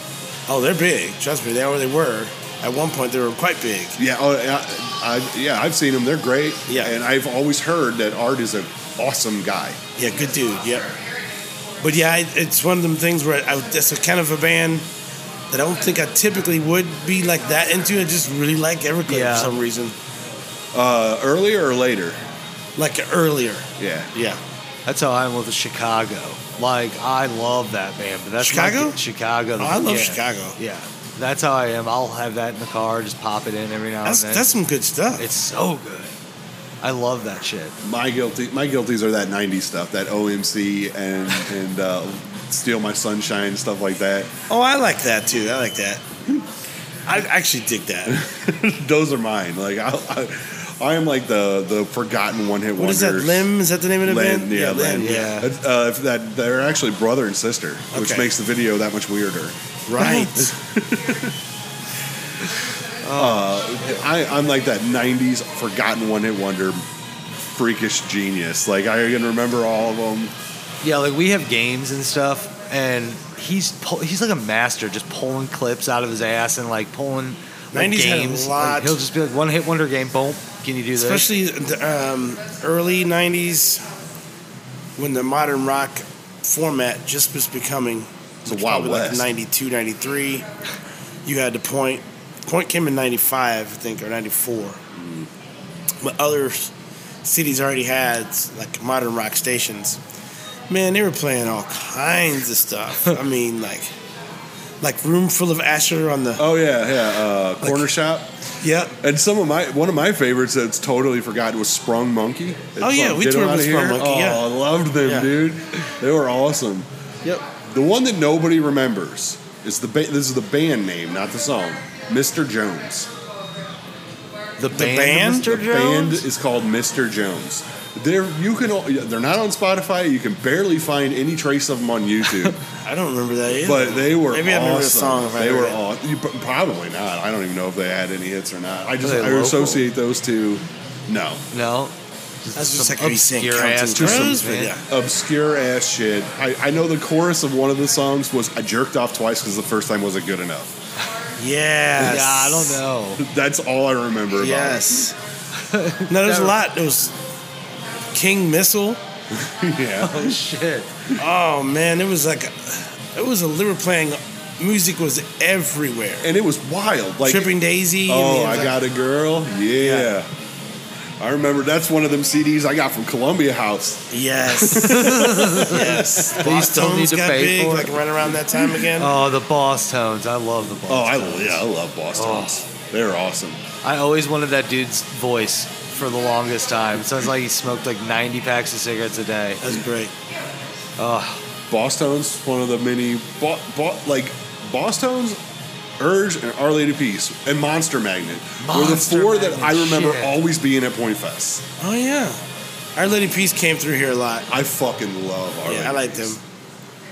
Oh, they're big. Trust me, they already were. At one point, they were quite big.
Yeah, oh, I, I, yeah, I've seen them. They're great.
Yeah.
and I've always heard that Art is an awesome guy.
Yeah, good dude. Yep. But yeah, I, it's one of them things where I, that's a kind of a band that I don't think I typically would be like that into. I just really like Everclear
Yeah.
for some reason.
Uh, earlier or later?
Like earlier.
Yeah.
Yeah.
That's how I'm with Chicago. Like I love that band, but that's my-
Chicago?
Chicago.
Oh, I love
yeah.
Chicago.
Yeah, that's how I am. I'll have that in the car, just pop it in every now
That's,
and then.
that's some good stuff.
Oh, it's so good. I love that shit.
My guilty, my guilties are that '90s stuff, that OMC and and uh, steal my sunshine stuff like that.
oh, I like that too. I like that. I actually dig that.
Those are mine. Like I, I, I am like the the forgotten one hit
What is
wonders.
that? Limb? Is that the name of the
Len,
band?
yeah, Len.
Len,
yeah.
Uh, if that they're actually brother and sister, which
Okay.
makes the video that much weirder. [LAUGHS]
Right.
Uh, I, I'm like that '90s forgotten one hit wonder, freakish genius. Like I can remember all of them.
Yeah, like we have games and stuff, and he's pull, he's like a master, just pulling clips out of his ass and like pulling like,
90s had a
games.
lot-
Like, he'll just be like one hit wonder game, boom, Can you do this?
especially the um, early 90s when the modern rock format just was becoming
The Wild
probably
West.
like 92 93 you had the point point came in 95 i think or 94 but other cities already had like modern rock stations man they were playing all kinds of
[LAUGHS]
stuff i mean like like room full of asher on the
Oh yeah, yeah. Uh, corner shop.
yep
And some of my one of my favorites that's totally forgotten was Sprung Monkey. It's
Oh, yeah,
from
we
Get 'Em
toured
Outta
with Sprung
Here.
Monkey,
Oh, I
yeah.
loved them,
Yeah.
dude. They were awesome.
yep
The one that nobody remembers is the ba- this is the band name, not the song. Mr. Jones.
the
band?
Mr.
The band
Jones?
is called Mr. Jones. They're you can al- they're not on Spotify. You can barely find any trace of them on
[LAUGHS]
YouTube.
i don't remember that either
but they were
Maybe I
awesome.
remember the song if I
they
heard
were
it.
aw- you pr- probably not. I don't even know if they had any hits or not. I just
they
I
local?
associate those two. No,
No.
that's just
Some
like you saying
obscure
Counting
ass
Crows,
tunes,
but
man.
yeah
obscure ass shit. I, I know the chorus of one of the songs was I jerked off twice because the first time wasn't good enough.
Yes.
Yeah, I don't know. [LAUGHS]
That's all I remember. About
Yes. no, there's a lot. There was King Missile.
it. yeah.
Oh shit.
Oh man, it was like it was a they were playing music was everywhere.
And it was wild. Like
Tripping Daisy. and
Oh,
it was
I
like-
got a girl. Yeah. I remember that's one of them CDs I got from Columbia House.
Yes. yes. Boss
still need
Tones
to
got
pay
big,
for it.
like right around that time again.
Oh, the boss tones. I love the boss.
Oh, I
tones.
yeah, I love Boston's. They're awesome.
I always wanted that dude's voice for the longest time. Sounds like he smoked like 90 packs of cigarettes a day.
That's great.
Boston's one of the many bo- bo- like Boston's Urge and Our Lady Peace and Monster Magnet were the
Monster
four that
Magnet,
I remember
shit.
always being at Point Fest.
Oh yeah. Our Lady Peace came through here a lot.
I fucking love Our Lady
Yeah, I like them.
Peace.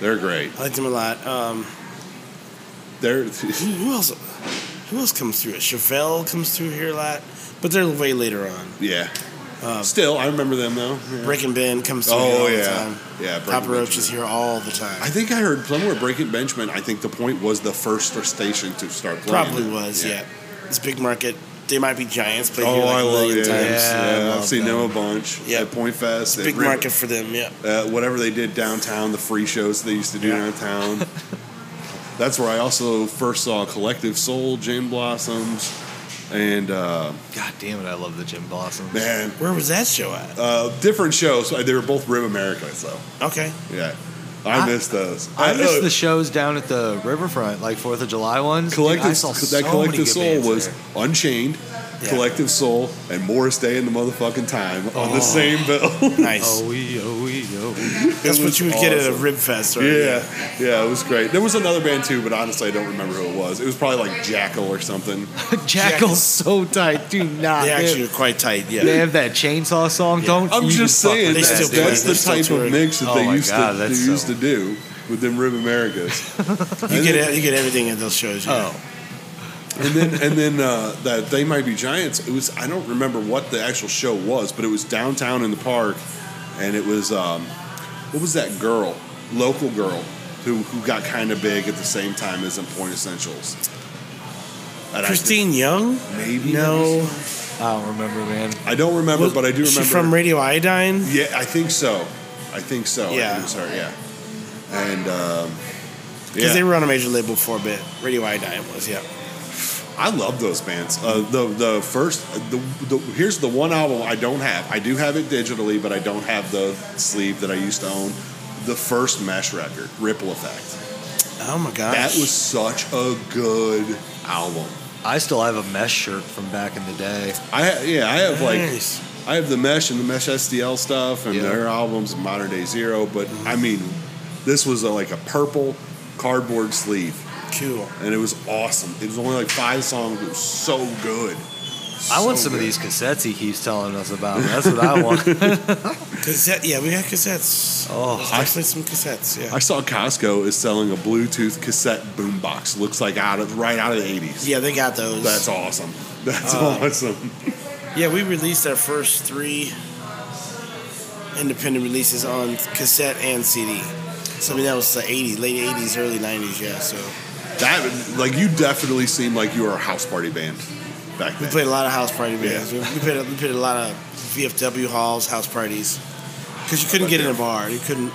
They're great.
I like them a lot. Um,
They're [LAUGHS]
who, who else? Who else comes through? Chevelle comes through here a lot, but they're way later on.
yeah.
Um,
Still, I remember them though.
Breaking Ben comes through here
Oh
all
yeah,
the time.
yeah. Breaking
Papa Roach
Benjamin.
is here all the time.
I think I heard somewhere Breaking Benjamin. I think the point was the first station to start playing.
Probably
it.
was, yeah. It's big market. They might be giants, but
Oh,
here like
I
a
love
million
it.
times.
Yeah,
Yeah, I
I've
love
seen them
them.
a bunch.
Yeah.
at Point Fest, at
Big
River-
market for them, yeah.
Uh, whatever they did downtown, the free shows they used to do
Yeah. [LAUGHS]
downtown. That's where I also first saw Collective Soul, Jim Blossoms, and uh,
God damn it, I love the Jim Blossoms.
man,
Where was that show at?
uh, different shows. They were both Rib America, so
Okay.
yeah, I,
I-
missed those.
I
uh,
missed the shows down at the riverfront, like Fourth of July ones. Dude,
Collective,
I saw so
that
many
collective
good
soul
bands
was
there.
Unchained,
Yeah.
Collective Soul, and Morris Day in the motherfucking time on the same [LAUGHS] bill.
[LAUGHS]
Nice.
Oh, we, oh, we, oh.
That's
It
what
was
you would get at a
awesome.
rib fest, right?
yeah, yeah, it was great. There was another band too, but honestly, I don't remember who it was. It was probably like Jackal or something.
[LAUGHS] we. Jackal's so tight. Do not.
They
They,
actually are quite tight, yeah.
they have that chainsaw song. Don't.
I'm
you
just
fuck with
saying
They
that's,
that,
still
dude.
play.
that's the
They still
type of
touring.
mix that
Oh
they
my
used
God,
to they
that's
used
so-
to do with them Rib Americas.
You get e, you get everything at those shows. Yeah.
Oh,
and then and then uh, that they might be giants. It was I don't remember what the actual show was, but it was downtown in the park, and it was um, what was that girl, local girl, who who got kind of big at the same time as in Point Essentials. And I-
Christine Young?
maybe
No.
I don't remember, man.
I don't remember, but I do
Was
remember.
She from Radio Iodine?
yeah, I think so. I think so.
Yeah.
I think so, yeah. And um,
Because
yeah,
they were on a major label for a bit. Radio Iodine was, yeah.
I love those bands. Uh, the the first the, the here's the one album I don't have. I do have it digitally, but I don't have the sleeve that I used to own. The first Mesh record, Ripple Effect.
Oh my gosh.
That was such a good album.
I still have a mesh shirt from back in the day.
I ha- yeah, I have like
Nice.
I have the Mesh and the Mesh SDL stuff and
Yeah.
their albums, and Modern Day Zero. But I mean, this was a, like a purple cardboard sleeve,
cool.
and it was awesome. It was only like five songs. It was so good.
I want
So
some of
good.
these cassettes he keeps telling us about. That's what I want.
[LAUGHS]
Cassette, yeah, we got cassettes.
Oh,
There's
I-
definitely some cassettes, yeah.
I saw Costco is selling a Bluetooth cassette boombox. Looks like out of right out of the eighties.
Yeah, they got those.
That's awesome. That's
Uh,
awesome.
Yeah, we released our first three independent releases on cassette and CD. So I mean that was the '80s, late '80s, early '90s. Yeah, so
That like you definitely seem like you are a house party band. back
We
then.
played a lot of house party bands.
Yeah.
We, we, played, a- we played a lot of VFW halls, house parties. Because you couldn't get in a bar. You couldn't.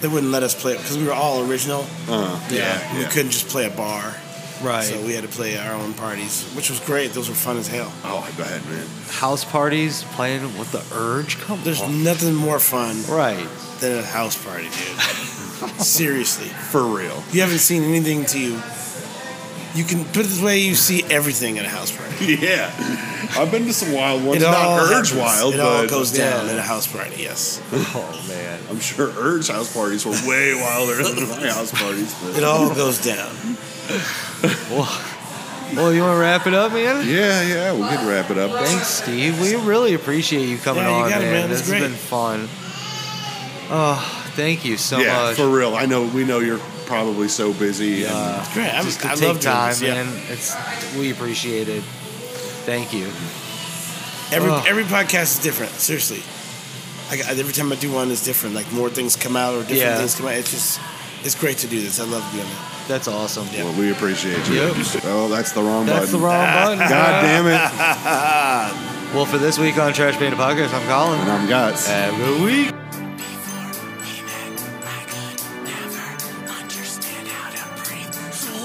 They wouldn't let us play it because we were all original.
Uh,
We
yeah.
couldn't just play a bar.
Right.
So we had to play our own parties, which was great. Those were fun as hell.
Oh, go ahead, man.
House parties playing with the urge. Come
There's
on.
nothing more fun
right.
than a house party, dude. Seriously.
For real. [LAUGHS]
You haven't seen anything to you. You can put it this way, you see everything at a house party.
Yeah. I've been to some wild ones. Not
happens.
Urge Wild,
It
but
all goes down
yeah.
at a house party, yes.
Oh man.
I'm sure Urge house parties were way wilder than
[LAUGHS]
my house parties. But.
It all goes down.
Well, well, you want to wrap it up, man?
Yeah, yeah, we could wrap it up.
Thanks, Steve. We really appreciate you coming
Yeah, you
on,
got it,
man.
man. It's
This
great.
has been fun. Oh, thank you so
yeah,
much.
for real. I know we know you're probably so busy. Yeah.
It's great. I'm,
Just to
I
take
love
time,
doing this. Yeah.
man. It's we appreciate it. Thank you.
Every
Ugh.
every podcast is different. Seriously, I, got- every time I do one, it's different. Like more things come out or different
Yeah.
things come out. It's just it's great to do this. I love doing it.
That's awesome.
And, well, we appreciate you.
Yep.
Oh, that's the wrong
That's the
button.
wrong button.
God damn
[LAUGHS]
it.
Well, for this week on Trash Panda Podcast, I'm
And
Colin.
I'm guts.
Have a good week.
I could never understand how to breathe. So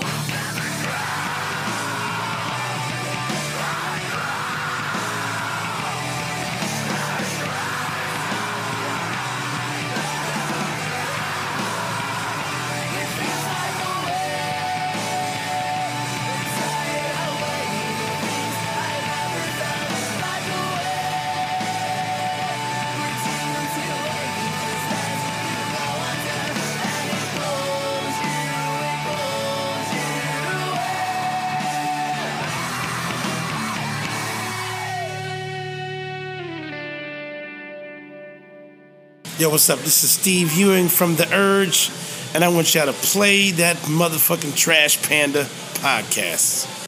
Yo, what's up? This is Steve Ewing from The Urge, and I want y'all to play that motherfucking Trash Panda podcast.